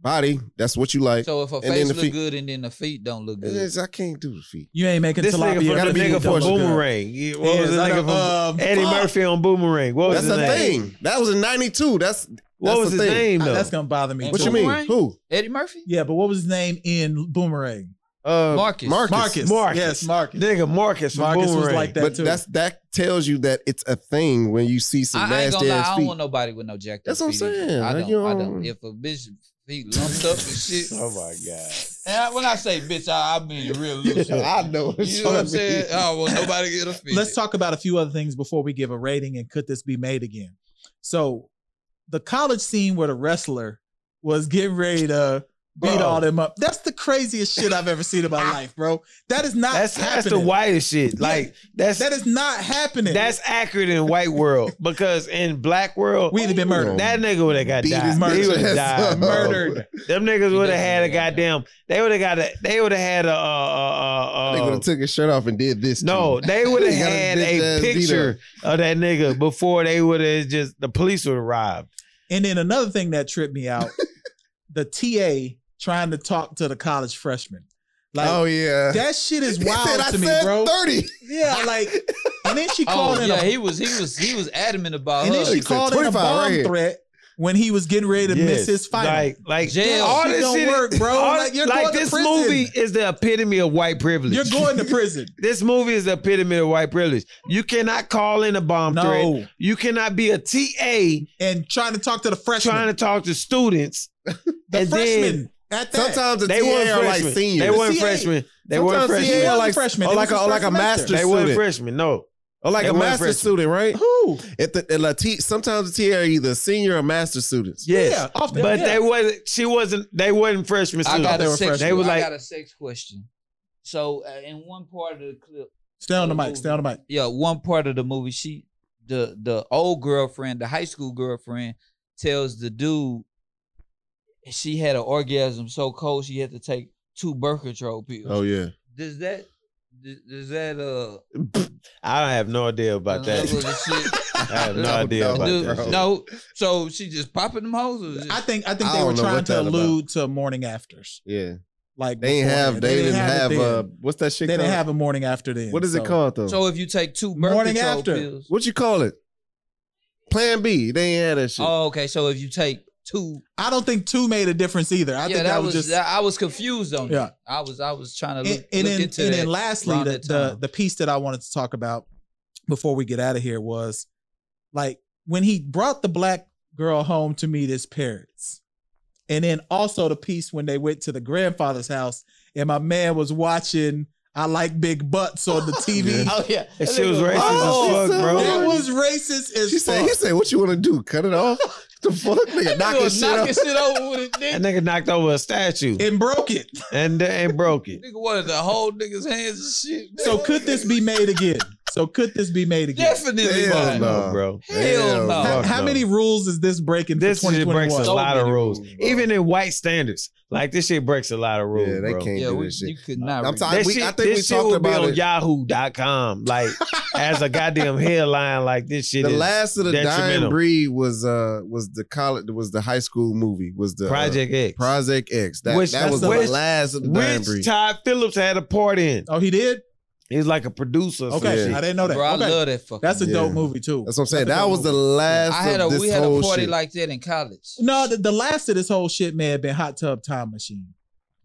[SPEAKER 7] Body. That's what you like.
[SPEAKER 6] so if her
[SPEAKER 7] then
[SPEAKER 6] face
[SPEAKER 7] the
[SPEAKER 6] look
[SPEAKER 7] feet-
[SPEAKER 6] good and then the feet don't look
[SPEAKER 7] It
[SPEAKER 6] good,
[SPEAKER 7] is- I can't do the feet.
[SPEAKER 5] You ain't making
[SPEAKER 4] This
[SPEAKER 5] tilapia.
[SPEAKER 4] nigga
[SPEAKER 7] gotta
[SPEAKER 4] from,
[SPEAKER 7] be
[SPEAKER 4] the E. nigga from
[SPEAKER 7] proportional.
[SPEAKER 4] Boomerang. Yeah, What was the nigga from
[SPEAKER 5] um,
[SPEAKER 4] Eddie
[SPEAKER 5] fuck.
[SPEAKER 4] Murphy on Boomerang. What was
[SPEAKER 7] That's
[SPEAKER 4] his
[SPEAKER 7] the
[SPEAKER 4] name?
[SPEAKER 7] thing. That was in '92. That's
[SPEAKER 4] What
[SPEAKER 7] That's
[SPEAKER 4] was
[SPEAKER 7] the
[SPEAKER 4] his
[SPEAKER 7] thing.
[SPEAKER 4] name
[SPEAKER 5] Uh,
[SPEAKER 4] though?
[SPEAKER 5] That's gonna bother me.
[SPEAKER 7] what
[SPEAKER 5] too.
[SPEAKER 7] you mean.
[SPEAKER 6] Boomerang?
[SPEAKER 7] Who?
[SPEAKER 6] Eddie Murphy,
[SPEAKER 5] Yeah, but what was his name in Boomerang?
[SPEAKER 4] Uh,
[SPEAKER 6] Marcus,
[SPEAKER 7] Marcus.
[SPEAKER 5] Marcus.
[SPEAKER 4] Marcus.
[SPEAKER 5] Yes, Marcus.
[SPEAKER 4] nigga Marcus from
[SPEAKER 5] Marcus was
[SPEAKER 4] Boomerang.
[SPEAKER 5] like that
[SPEAKER 7] but
[SPEAKER 5] too.
[SPEAKER 7] that's that tells you that it's a thing when you see some
[SPEAKER 6] I, I ain't gonna
[SPEAKER 7] nasty
[SPEAKER 6] lie,
[SPEAKER 7] ass
[SPEAKER 6] I
[SPEAKER 7] feet.
[SPEAKER 6] don't want nobody with no jacket.
[SPEAKER 7] That's what I'm
[SPEAKER 6] feet either. I
[SPEAKER 7] saying. Like,
[SPEAKER 6] don't,
[SPEAKER 7] you
[SPEAKER 6] I
[SPEAKER 7] don't-
[SPEAKER 6] don't. If a bitch feet lumped up and shit,
[SPEAKER 4] Oh my god.
[SPEAKER 6] and I, when I say bitch, I, I mean real loose.
[SPEAKER 7] I know. what
[SPEAKER 6] You know what
[SPEAKER 7] you
[SPEAKER 6] I'm saying? I don't want nobody to get offended.
[SPEAKER 5] Let's talk about a few other things before we give a rating and could this be made again? So, the college scene where the wrestler was getting ready to beat
[SPEAKER 4] Bro.
[SPEAKER 5] all them up. That's the craziest shit I've ever seen in my life, bro. That is not
[SPEAKER 4] That's
[SPEAKER 5] happening.
[SPEAKER 4] that's the whitest shit. Like that's
[SPEAKER 5] That is not happening.
[SPEAKER 4] that's accurate in white world because in black world
[SPEAKER 5] we either been murdered.
[SPEAKER 4] that nigga would have got
[SPEAKER 7] Beat his
[SPEAKER 4] died. He
[SPEAKER 5] bitch
[SPEAKER 4] would have
[SPEAKER 7] ass
[SPEAKER 4] died.
[SPEAKER 7] up.
[SPEAKER 5] murdered.
[SPEAKER 4] Them niggas
[SPEAKER 6] He
[SPEAKER 4] would have
[SPEAKER 6] definitely
[SPEAKER 4] had a
[SPEAKER 6] would've got
[SPEAKER 4] goddamn. They would have got a. They would have had a. Uh, uh,
[SPEAKER 7] They
[SPEAKER 4] uh,
[SPEAKER 7] would have took his shirt off and did this. to
[SPEAKER 4] No,
[SPEAKER 7] you.
[SPEAKER 4] they would have
[SPEAKER 7] He got his
[SPEAKER 4] had
[SPEAKER 7] bitch
[SPEAKER 4] a
[SPEAKER 7] ass beat
[SPEAKER 4] picture of that nigga before they would have just the police would have arrived.
[SPEAKER 5] And then another thing that tripped me out, the TA trying to talk to the college freshman. Like
[SPEAKER 7] oh yeah.
[SPEAKER 5] that shit is
[SPEAKER 7] He
[SPEAKER 5] wild
[SPEAKER 7] said,
[SPEAKER 5] to
[SPEAKER 7] I
[SPEAKER 5] me,
[SPEAKER 7] said
[SPEAKER 5] bro.
[SPEAKER 7] Thirty.
[SPEAKER 5] Yeah, like and then she called
[SPEAKER 6] Oh
[SPEAKER 5] in
[SPEAKER 6] yeah,
[SPEAKER 5] a
[SPEAKER 6] he was he was he was adamant about
[SPEAKER 5] and
[SPEAKER 6] her.
[SPEAKER 5] then she
[SPEAKER 7] He said
[SPEAKER 5] called in a
[SPEAKER 7] 25
[SPEAKER 5] bomb
[SPEAKER 7] right here.
[SPEAKER 5] threat when he was getting ready to miss
[SPEAKER 4] Yes.
[SPEAKER 5] his final.
[SPEAKER 4] Like, like
[SPEAKER 6] Jail.
[SPEAKER 4] all
[SPEAKER 5] Shit
[SPEAKER 4] this
[SPEAKER 5] don't
[SPEAKER 4] shit
[SPEAKER 5] work, bro.
[SPEAKER 4] all-
[SPEAKER 5] Like, you're going to
[SPEAKER 4] this
[SPEAKER 5] prison.
[SPEAKER 4] movie is the epitome of white privilege.
[SPEAKER 5] You're going to prison.
[SPEAKER 4] this movie is the epitome of white privilege. You cannot call in a bomb threat.
[SPEAKER 5] no.
[SPEAKER 4] You cannot be a TA
[SPEAKER 5] And trying to talk to the freshman.
[SPEAKER 4] trying to talk to students.
[SPEAKER 5] the
[SPEAKER 4] and then
[SPEAKER 5] freshman at that.
[SPEAKER 7] Sometimes the
[SPEAKER 4] They weren't
[SPEAKER 7] TA are like
[SPEAKER 4] freshmen. they
[SPEAKER 7] seniors.
[SPEAKER 4] weren't
[SPEAKER 5] The TA.
[SPEAKER 4] freshmen. They
[SPEAKER 7] Sometimes
[SPEAKER 4] weren't
[SPEAKER 7] TA
[SPEAKER 4] freshmen.
[SPEAKER 7] are
[SPEAKER 5] wasn't
[SPEAKER 7] like
[SPEAKER 5] freshmen.
[SPEAKER 7] or
[SPEAKER 5] It was
[SPEAKER 7] like a,
[SPEAKER 5] the
[SPEAKER 7] or like
[SPEAKER 5] first
[SPEAKER 7] a
[SPEAKER 5] semester.
[SPEAKER 7] master's
[SPEAKER 4] They weren't
[SPEAKER 7] student
[SPEAKER 4] freshmen. No.
[SPEAKER 7] or like
[SPEAKER 4] They
[SPEAKER 7] a
[SPEAKER 4] weren't
[SPEAKER 7] master's
[SPEAKER 4] freshmen.
[SPEAKER 7] student, right?
[SPEAKER 5] Who?
[SPEAKER 7] If the, the Lati- sometimes the TA are either senior or master students.
[SPEAKER 4] Yes.
[SPEAKER 5] Yeah, off the-
[SPEAKER 4] But
[SPEAKER 5] yeah.
[SPEAKER 4] they wasn't. She wasn't. They wasn't freshmen.
[SPEAKER 6] I
[SPEAKER 4] students.
[SPEAKER 6] got
[SPEAKER 5] they
[SPEAKER 6] a
[SPEAKER 5] were
[SPEAKER 6] sex.
[SPEAKER 5] freshmen.
[SPEAKER 4] They were
[SPEAKER 6] I
[SPEAKER 4] like-
[SPEAKER 6] got a sex question. So uh, in one part of the clip,
[SPEAKER 5] Stay on the mic. Stay on the mic.
[SPEAKER 6] yeah, one part of the movie, she the the old girlfriend, the high school girlfriend, tells the dude she had an orgasm so cold she had to take two birth control pills.
[SPEAKER 7] Oh yeah.
[SPEAKER 6] Does that does, does that uh
[SPEAKER 4] I don't have no idea about that.
[SPEAKER 6] level of shit?
[SPEAKER 4] I have no
[SPEAKER 7] No,
[SPEAKER 4] idea
[SPEAKER 7] no,
[SPEAKER 4] about
[SPEAKER 6] Dude,
[SPEAKER 4] that. shit.
[SPEAKER 6] no. So she just popping them hoes. Or just,
[SPEAKER 5] I think I think
[SPEAKER 7] I
[SPEAKER 5] they were
[SPEAKER 7] don't know
[SPEAKER 5] trying
[SPEAKER 7] what
[SPEAKER 5] to
[SPEAKER 7] that about.
[SPEAKER 5] allude to morning afters.
[SPEAKER 7] Yeah.
[SPEAKER 5] Like
[SPEAKER 7] They ain't have
[SPEAKER 5] beforehand.
[SPEAKER 7] they, didn't have,
[SPEAKER 5] it
[SPEAKER 7] uh
[SPEAKER 5] then.
[SPEAKER 7] what's that shit
[SPEAKER 5] they
[SPEAKER 7] called?
[SPEAKER 5] didn't have a morning after then.
[SPEAKER 7] what is
[SPEAKER 5] so-
[SPEAKER 7] it called though?
[SPEAKER 6] so if you take two birth
[SPEAKER 5] Morning
[SPEAKER 6] control
[SPEAKER 5] after.
[SPEAKER 6] pills.
[SPEAKER 7] what you call it? Plan B. They ain't had that shit.
[SPEAKER 6] Oh, okay. So if you take two,
[SPEAKER 5] I don't think two made a difference either. I
[SPEAKER 6] yeah,
[SPEAKER 5] think
[SPEAKER 6] that
[SPEAKER 5] I
[SPEAKER 6] was,
[SPEAKER 5] was, just
[SPEAKER 6] that- I was confused on
[SPEAKER 5] Yeah.
[SPEAKER 6] that. I was I was trying to look,
[SPEAKER 5] and, and
[SPEAKER 6] look
[SPEAKER 5] then,
[SPEAKER 6] into
[SPEAKER 5] and
[SPEAKER 6] that.
[SPEAKER 5] then lastly,
[SPEAKER 6] around
[SPEAKER 5] the,
[SPEAKER 6] that
[SPEAKER 5] the
[SPEAKER 6] time.
[SPEAKER 5] the piece that I wanted to talk about before we get out of here was like when he brought the black girl home to meet his parents, and then also the piece when they went to the grandfather's house and my man was watching "I Like Big Butts" on the TV.
[SPEAKER 6] Oh yeah,
[SPEAKER 4] That shit was racist
[SPEAKER 7] Oh,
[SPEAKER 4] as fuck,
[SPEAKER 7] so
[SPEAKER 4] bro.
[SPEAKER 5] That was racist as
[SPEAKER 7] She
[SPEAKER 5] fuck.
[SPEAKER 7] said, he said, what you want to do? Cut it off? the fuck? Nigga, knock his
[SPEAKER 6] was
[SPEAKER 7] shit off.
[SPEAKER 6] knocking shit over with his
[SPEAKER 4] That
[SPEAKER 6] dick.
[SPEAKER 4] nigga knocked over a statue
[SPEAKER 5] and broke it.
[SPEAKER 4] and and broke it.
[SPEAKER 6] Nigga wanted to hold niggas' hands and shit.
[SPEAKER 5] So could this be made again? So could this be made again?
[SPEAKER 6] Definitely
[SPEAKER 7] Hell
[SPEAKER 6] not.
[SPEAKER 7] no.
[SPEAKER 4] No, bro.
[SPEAKER 6] Hell no.
[SPEAKER 5] How,
[SPEAKER 4] Fuck
[SPEAKER 5] how
[SPEAKER 4] no.
[SPEAKER 5] many rules is this breaking
[SPEAKER 4] This
[SPEAKER 5] for
[SPEAKER 4] shit breaks
[SPEAKER 5] 2021?
[SPEAKER 4] a lot of
[SPEAKER 6] many
[SPEAKER 4] rules,
[SPEAKER 6] rules, bro.
[SPEAKER 4] even in white standards. Like this shit breaks a lot of rules.
[SPEAKER 7] Yeah, they
[SPEAKER 4] bro.
[SPEAKER 7] can't
[SPEAKER 6] Yeah,
[SPEAKER 7] do
[SPEAKER 6] we,
[SPEAKER 7] this shit.
[SPEAKER 6] you could not.
[SPEAKER 7] I'm
[SPEAKER 6] read-
[SPEAKER 7] tired- I-
[SPEAKER 4] This
[SPEAKER 7] we-
[SPEAKER 4] shit,
[SPEAKER 7] I think we
[SPEAKER 4] this shit
[SPEAKER 7] talked
[SPEAKER 4] will
[SPEAKER 7] about
[SPEAKER 4] be on
[SPEAKER 7] it.
[SPEAKER 4] Yahoo.com, like as a goddamn headline. Like this shit
[SPEAKER 7] the
[SPEAKER 4] is
[SPEAKER 7] last of the
[SPEAKER 4] detrimental.
[SPEAKER 7] dying breed was uh was the college was the high school movie was the uh,
[SPEAKER 4] Project X,
[SPEAKER 7] Project X. That,
[SPEAKER 4] Which-
[SPEAKER 7] that was the
[SPEAKER 4] which-
[SPEAKER 7] last of the dying
[SPEAKER 4] which
[SPEAKER 7] breed.
[SPEAKER 4] Todd Phillips had a part in.
[SPEAKER 5] Oh, he did.
[SPEAKER 4] He's like a producer. or some
[SPEAKER 5] Okay,
[SPEAKER 4] shit.
[SPEAKER 5] I didn't know that.
[SPEAKER 6] Bro, I
[SPEAKER 5] Okay.
[SPEAKER 6] love that fucking.
[SPEAKER 5] That's a
[SPEAKER 6] movie.
[SPEAKER 5] dope
[SPEAKER 7] Yeah.
[SPEAKER 5] movie too.
[SPEAKER 7] That's what I'm saying.
[SPEAKER 5] That's a
[SPEAKER 7] That
[SPEAKER 5] dope
[SPEAKER 7] was the
[SPEAKER 5] movie.
[SPEAKER 7] last
[SPEAKER 6] I had a
[SPEAKER 7] of this
[SPEAKER 6] we had a
[SPEAKER 7] whole
[SPEAKER 6] party
[SPEAKER 7] shit.
[SPEAKER 6] like that in college.
[SPEAKER 5] No, the, the last of this whole shit may have been Hot Tub Time Machine.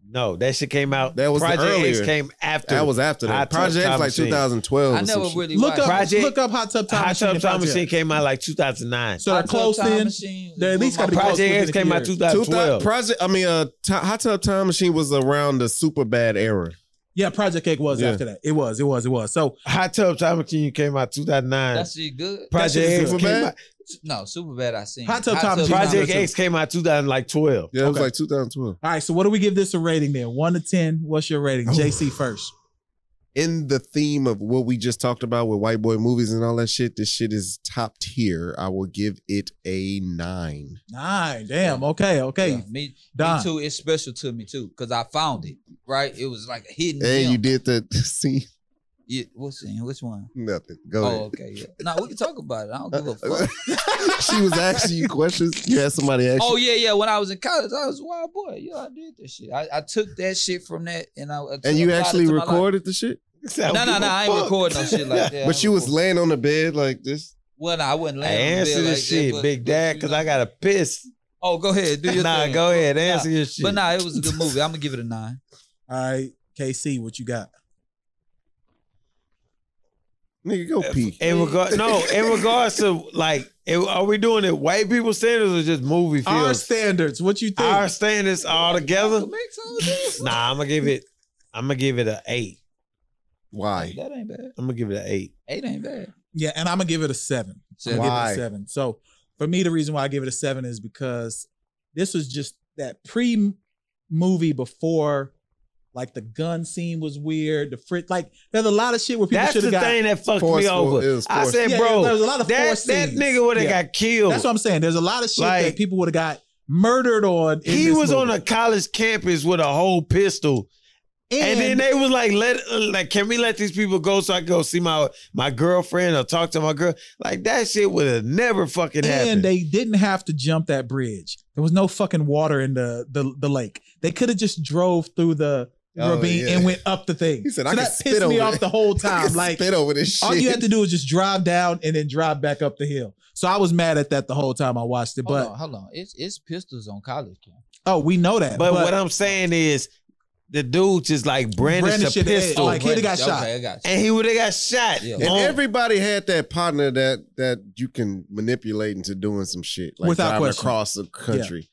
[SPEAKER 4] No, that shit came out.
[SPEAKER 7] That was the
[SPEAKER 4] Project X
[SPEAKER 7] earlier.
[SPEAKER 4] came after.
[SPEAKER 7] that was after
[SPEAKER 4] I
[SPEAKER 7] that.
[SPEAKER 4] took
[SPEAKER 7] Project
[SPEAKER 4] Time
[SPEAKER 7] X like
[SPEAKER 4] Machine.
[SPEAKER 7] 2012.
[SPEAKER 6] I
[SPEAKER 7] or some
[SPEAKER 6] never
[SPEAKER 7] shit.
[SPEAKER 6] really
[SPEAKER 5] Look up,
[SPEAKER 6] watched it.
[SPEAKER 4] Project-
[SPEAKER 5] look up Hot Tub Time
[SPEAKER 4] Hot
[SPEAKER 5] Machine.
[SPEAKER 4] Tub
[SPEAKER 5] and
[SPEAKER 4] Time
[SPEAKER 5] Project.
[SPEAKER 4] Machine came out like 2009.
[SPEAKER 5] So they're
[SPEAKER 6] Hot Tub
[SPEAKER 5] close
[SPEAKER 6] Time
[SPEAKER 5] in.
[SPEAKER 6] Machine
[SPEAKER 5] They at
[SPEAKER 6] was
[SPEAKER 5] least
[SPEAKER 6] one of
[SPEAKER 5] gotta
[SPEAKER 6] my-
[SPEAKER 5] be
[SPEAKER 4] Project
[SPEAKER 5] within
[SPEAKER 4] X
[SPEAKER 5] the
[SPEAKER 4] came out
[SPEAKER 5] years.
[SPEAKER 4] 2012.
[SPEAKER 7] Project. I mean, uh, t- Hot Tub Time Machine was around the Super Bad era.
[SPEAKER 5] Yeah, Project Egg was
[SPEAKER 7] Yeah.
[SPEAKER 5] after that. It was, it was, it was. So
[SPEAKER 4] Hot Tub Time Machine came out 2009.
[SPEAKER 6] That shit good.
[SPEAKER 4] Project
[SPEAKER 5] that shit
[SPEAKER 4] X
[SPEAKER 5] is
[SPEAKER 4] came
[SPEAKER 7] Superbad?
[SPEAKER 4] out,
[SPEAKER 6] No, super bad. I seen.
[SPEAKER 5] Hot Tub Time Machine.
[SPEAKER 4] Project
[SPEAKER 5] Nah,
[SPEAKER 4] X came out 2012.
[SPEAKER 7] Yeah, it was
[SPEAKER 5] Okay.
[SPEAKER 7] like 2012.
[SPEAKER 5] all right, so what do we give this a rating then? One to ten. What's your rating?
[SPEAKER 4] Oh.
[SPEAKER 5] JC first.
[SPEAKER 7] In the theme of what we just talked about with white boy movies and all that shit, this shit is top tier. I will give it a nine.
[SPEAKER 5] Nine. Damn. Okay, okay.
[SPEAKER 6] Yeah, me,
[SPEAKER 5] Don.
[SPEAKER 6] me too. It's special to me too because I found it. Right, it was like a hidden.
[SPEAKER 7] And
[SPEAKER 6] gem.
[SPEAKER 7] you did that scene?
[SPEAKER 6] Yeah, what's in which one?
[SPEAKER 7] Nothing. Go
[SPEAKER 6] Oh,
[SPEAKER 7] ahead. Uh,
[SPEAKER 6] okay. Yeah. No, we can talk about it. I don't give a fuck.
[SPEAKER 7] she was asking you questions. You had somebody ask
[SPEAKER 6] Oh
[SPEAKER 7] you.
[SPEAKER 6] yeah, yeah. When I was in college, I was a wild boy. Yeah, I did that shit. I, I took that shit from that, and I I
[SPEAKER 7] And you
[SPEAKER 6] applied it
[SPEAKER 7] actually
[SPEAKER 6] to my life.
[SPEAKER 7] recorded the shit?
[SPEAKER 6] No, no, no. I ain't recording no shit like that. I
[SPEAKER 7] but
[SPEAKER 6] ain't
[SPEAKER 7] you was
[SPEAKER 6] recording.
[SPEAKER 7] laying on the bed like this.
[SPEAKER 6] Well, no, I wouldn't
[SPEAKER 4] I
[SPEAKER 6] laying. on the bed
[SPEAKER 4] answer
[SPEAKER 6] like
[SPEAKER 4] this
[SPEAKER 6] that,
[SPEAKER 4] shit,
[SPEAKER 6] but-
[SPEAKER 4] Big
[SPEAKER 6] but
[SPEAKER 4] Dad,
[SPEAKER 6] you
[SPEAKER 4] because
[SPEAKER 6] know.
[SPEAKER 4] I got a piss.
[SPEAKER 6] Oh, go ahead. Do your
[SPEAKER 4] Nah,
[SPEAKER 6] thing.
[SPEAKER 4] go ahead. Answer your shit.
[SPEAKER 6] But nah, it was a good movie. I'm gonna give it a nine.
[SPEAKER 5] All right. KC, what you got?
[SPEAKER 7] Nigga, go pee.
[SPEAKER 4] In regard, no, in regards to like, it- are we doing it white people standards or just movie
[SPEAKER 5] Our
[SPEAKER 4] films?
[SPEAKER 5] standards. What you think?
[SPEAKER 4] Our standards all together.
[SPEAKER 6] Mix all this.
[SPEAKER 4] Nah, I'm gonna give it. I'm gonna give it an eight.
[SPEAKER 7] Why?
[SPEAKER 6] That ain't bad.
[SPEAKER 4] I'm gonna give it an eight.
[SPEAKER 6] Eight ain't bad.
[SPEAKER 5] yeah, and I'm gonna give it a seven.
[SPEAKER 6] So
[SPEAKER 5] I give
[SPEAKER 7] Why?
[SPEAKER 5] it a seven. So for me, the reason why I give it a seven is because this was just that pre movie before, like the gun scene was weird. The frit like there's a lot of shit where people
[SPEAKER 4] That's
[SPEAKER 5] should
[SPEAKER 4] the
[SPEAKER 5] have got.
[SPEAKER 4] thing that fucked me
[SPEAKER 7] Forceful
[SPEAKER 4] over.
[SPEAKER 7] is
[SPEAKER 4] I
[SPEAKER 7] forceful.
[SPEAKER 4] said,
[SPEAKER 5] Yeah,
[SPEAKER 4] bro,
[SPEAKER 5] yeah, there's a lot of
[SPEAKER 4] that
[SPEAKER 5] forced
[SPEAKER 4] that
[SPEAKER 5] scenes.
[SPEAKER 4] nigga would have
[SPEAKER 5] Yeah.
[SPEAKER 4] got killed.
[SPEAKER 5] That's what I'm saying. There's a lot of shit
[SPEAKER 4] Like-
[SPEAKER 5] that people would have got murdered on. in
[SPEAKER 4] he
[SPEAKER 5] this
[SPEAKER 4] was on
[SPEAKER 5] movie.
[SPEAKER 4] a college campus with a whole pistol, and, then they was like, "Let like, can we let these people go so I can go see my my girlfriend or talk to my girl?" Like that shit would have never fucking
[SPEAKER 5] and
[SPEAKER 4] happened.
[SPEAKER 5] they didn't have to jump that bridge. There was no fucking water in the the, the lake. They could have just drove through the
[SPEAKER 7] Oh,
[SPEAKER 5] ravine
[SPEAKER 7] yeah.
[SPEAKER 5] and went up the thing.
[SPEAKER 7] He said, "I
[SPEAKER 5] so
[SPEAKER 7] can
[SPEAKER 5] that
[SPEAKER 7] spit
[SPEAKER 5] pissed me
[SPEAKER 7] over
[SPEAKER 5] off
[SPEAKER 7] it."
[SPEAKER 5] the whole
[SPEAKER 7] I
[SPEAKER 5] time. Like
[SPEAKER 7] spit over this shit.
[SPEAKER 5] all you had to do was just drive down and then drive back up the hill. So I was mad at that the whole time I watched it.
[SPEAKER 6] hold
[SPEAKER 5] But
[SPEAKER 6] on, hold on. It's it's pistols on college camp.
[SPEAKER 5] oh, we know that.
[SPEAKER 4] but, what I'm saying is, the dude just like brandished
[SPEAKER 5] Brandished
[SPEAKER 4] a
[SPEAKER 5] it, oh.
[SPEAKER 4] pistol,
[SPEAKER 5] like, he'd have got
[SPEAKER 6] Oh, okay,
[SPEAKER 5] shot.
[SPEAKER 6] I got you.
[SPEAKER 4] and he would have got shot.
[SPEAKER 6] Yeah.
[SPEAKER 7] And
[SPEAKER 4] on-
[SPEAKER 7] everybody had that partner that that you can manipulate into doing some shit, like
[SPEAKER 5] Without
[SPEAKER 7] driving
[SPEAKER 5] question.
[SPEAKER 7] across the country.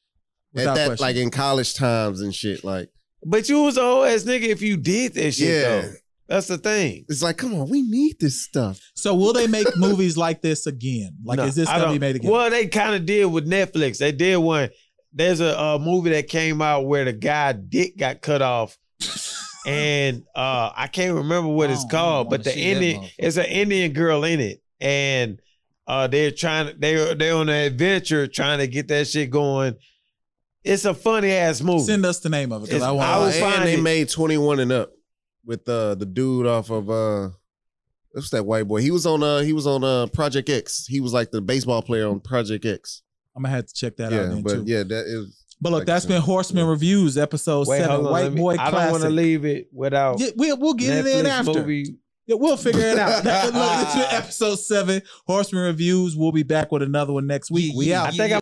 [SPEAKER 5] without
[SPEAKER 7] At that,
[SPEAKER 5] question.
[SPEAKER 7] like in college times and shit, like
[SPEAKER 4] but you was a whole ass nigga if you did that shit.
[SPEAKER 7] Yeah.
[SPEAKER 4] though. that's the thing.
[SPEAKER 7] it's like, come on, we need this stuff.
[SPEAKER 5] so will they make movies like this again? Like,
[SPEAKER 4] No,
[SPEAKER 5] is this
[SPEAKER 4] I
[SPEAKER 5] gonna be
[SPEAKER 4] don't-
[SPEAKER 5] made again?
[SPEAKER 4] Well, they kind of did with Netflix. They did one. There's a, uh movie that came out where the guy dick got cut off, and uh, I can't remember what
[SPEAKER 6] I
[SPEAKER 4] it's
[SPEAKER 5] Oh,
[SPEAKER 6] don't
[SPEAKER 4] called,
[SPEAKER 6] wanna
[SPEAKER 4] but the
[SPEAKER 6] see that
[SPEAKER 4] Indian
[SPEAKER 6] motherfucker.
[SPEAKER 4] it's an Indian girl in it, and uh, they're trying to they they're on an adventure trying to get that shit going. It's a funny ass movie.
[SPEAKER 5] Send us the name of it because
[SPEAKER 4] It's-
[SPEAKER 5] I
[SPEAKER 4] I
[SPEAKER 5] want.
[SPEAKER 4] was-
[SPEAKER 5] to
[SPEAKER 7] Uh, and
[SPEAKER 4] find
[SPEAKER 7] they
[SPEAKER 4] it.
[SPEAKER 7] made twenty one and up with uh, the dude off of uh, what's that white boy? He was on uh, he was on uh, Project X. He was like the baseball player on Project X.
[SPEAKER 5] I'm gonna have to check that out
[SPEAKER 7] yeah,
[SPEAKER 5] then
[SPEAKER 7] but
[SPEAKER 5] too.
[SPEAKER 7] yeah, that is
[SPEAKER 5] But look,
[SPEAKER 7] Like,
[SPEAKER 5] that's been Horseman
[SPEAKER 7] yeah.
[SPEAKER 5] Reviews, episode seven,
[SPEAKER 4] hold on, let
[SPEAKER 5] White
[SPEAKER 4] me-
[SPEAKER 5] Boy
[SPEAKER 4] I
[SPEAKER 5] Classic.
[SPEAKER 4] don't want to leave it without
[SPEAKER 5] Yeah, we'll, we'll get it in
[SPEAKER 4] Oh. Netflix
[SPEAKER 5] after.
[SPEAKER 4] movie.
[SPEAKER 5] Yeah, we'll figure it out. Look, this is episode seven, Horseman Reviews. We'll be back with another one next week. We
[SPEAKER 6] Yeah,
[SPEAKER 5] out.
[SPEAKER 4] I think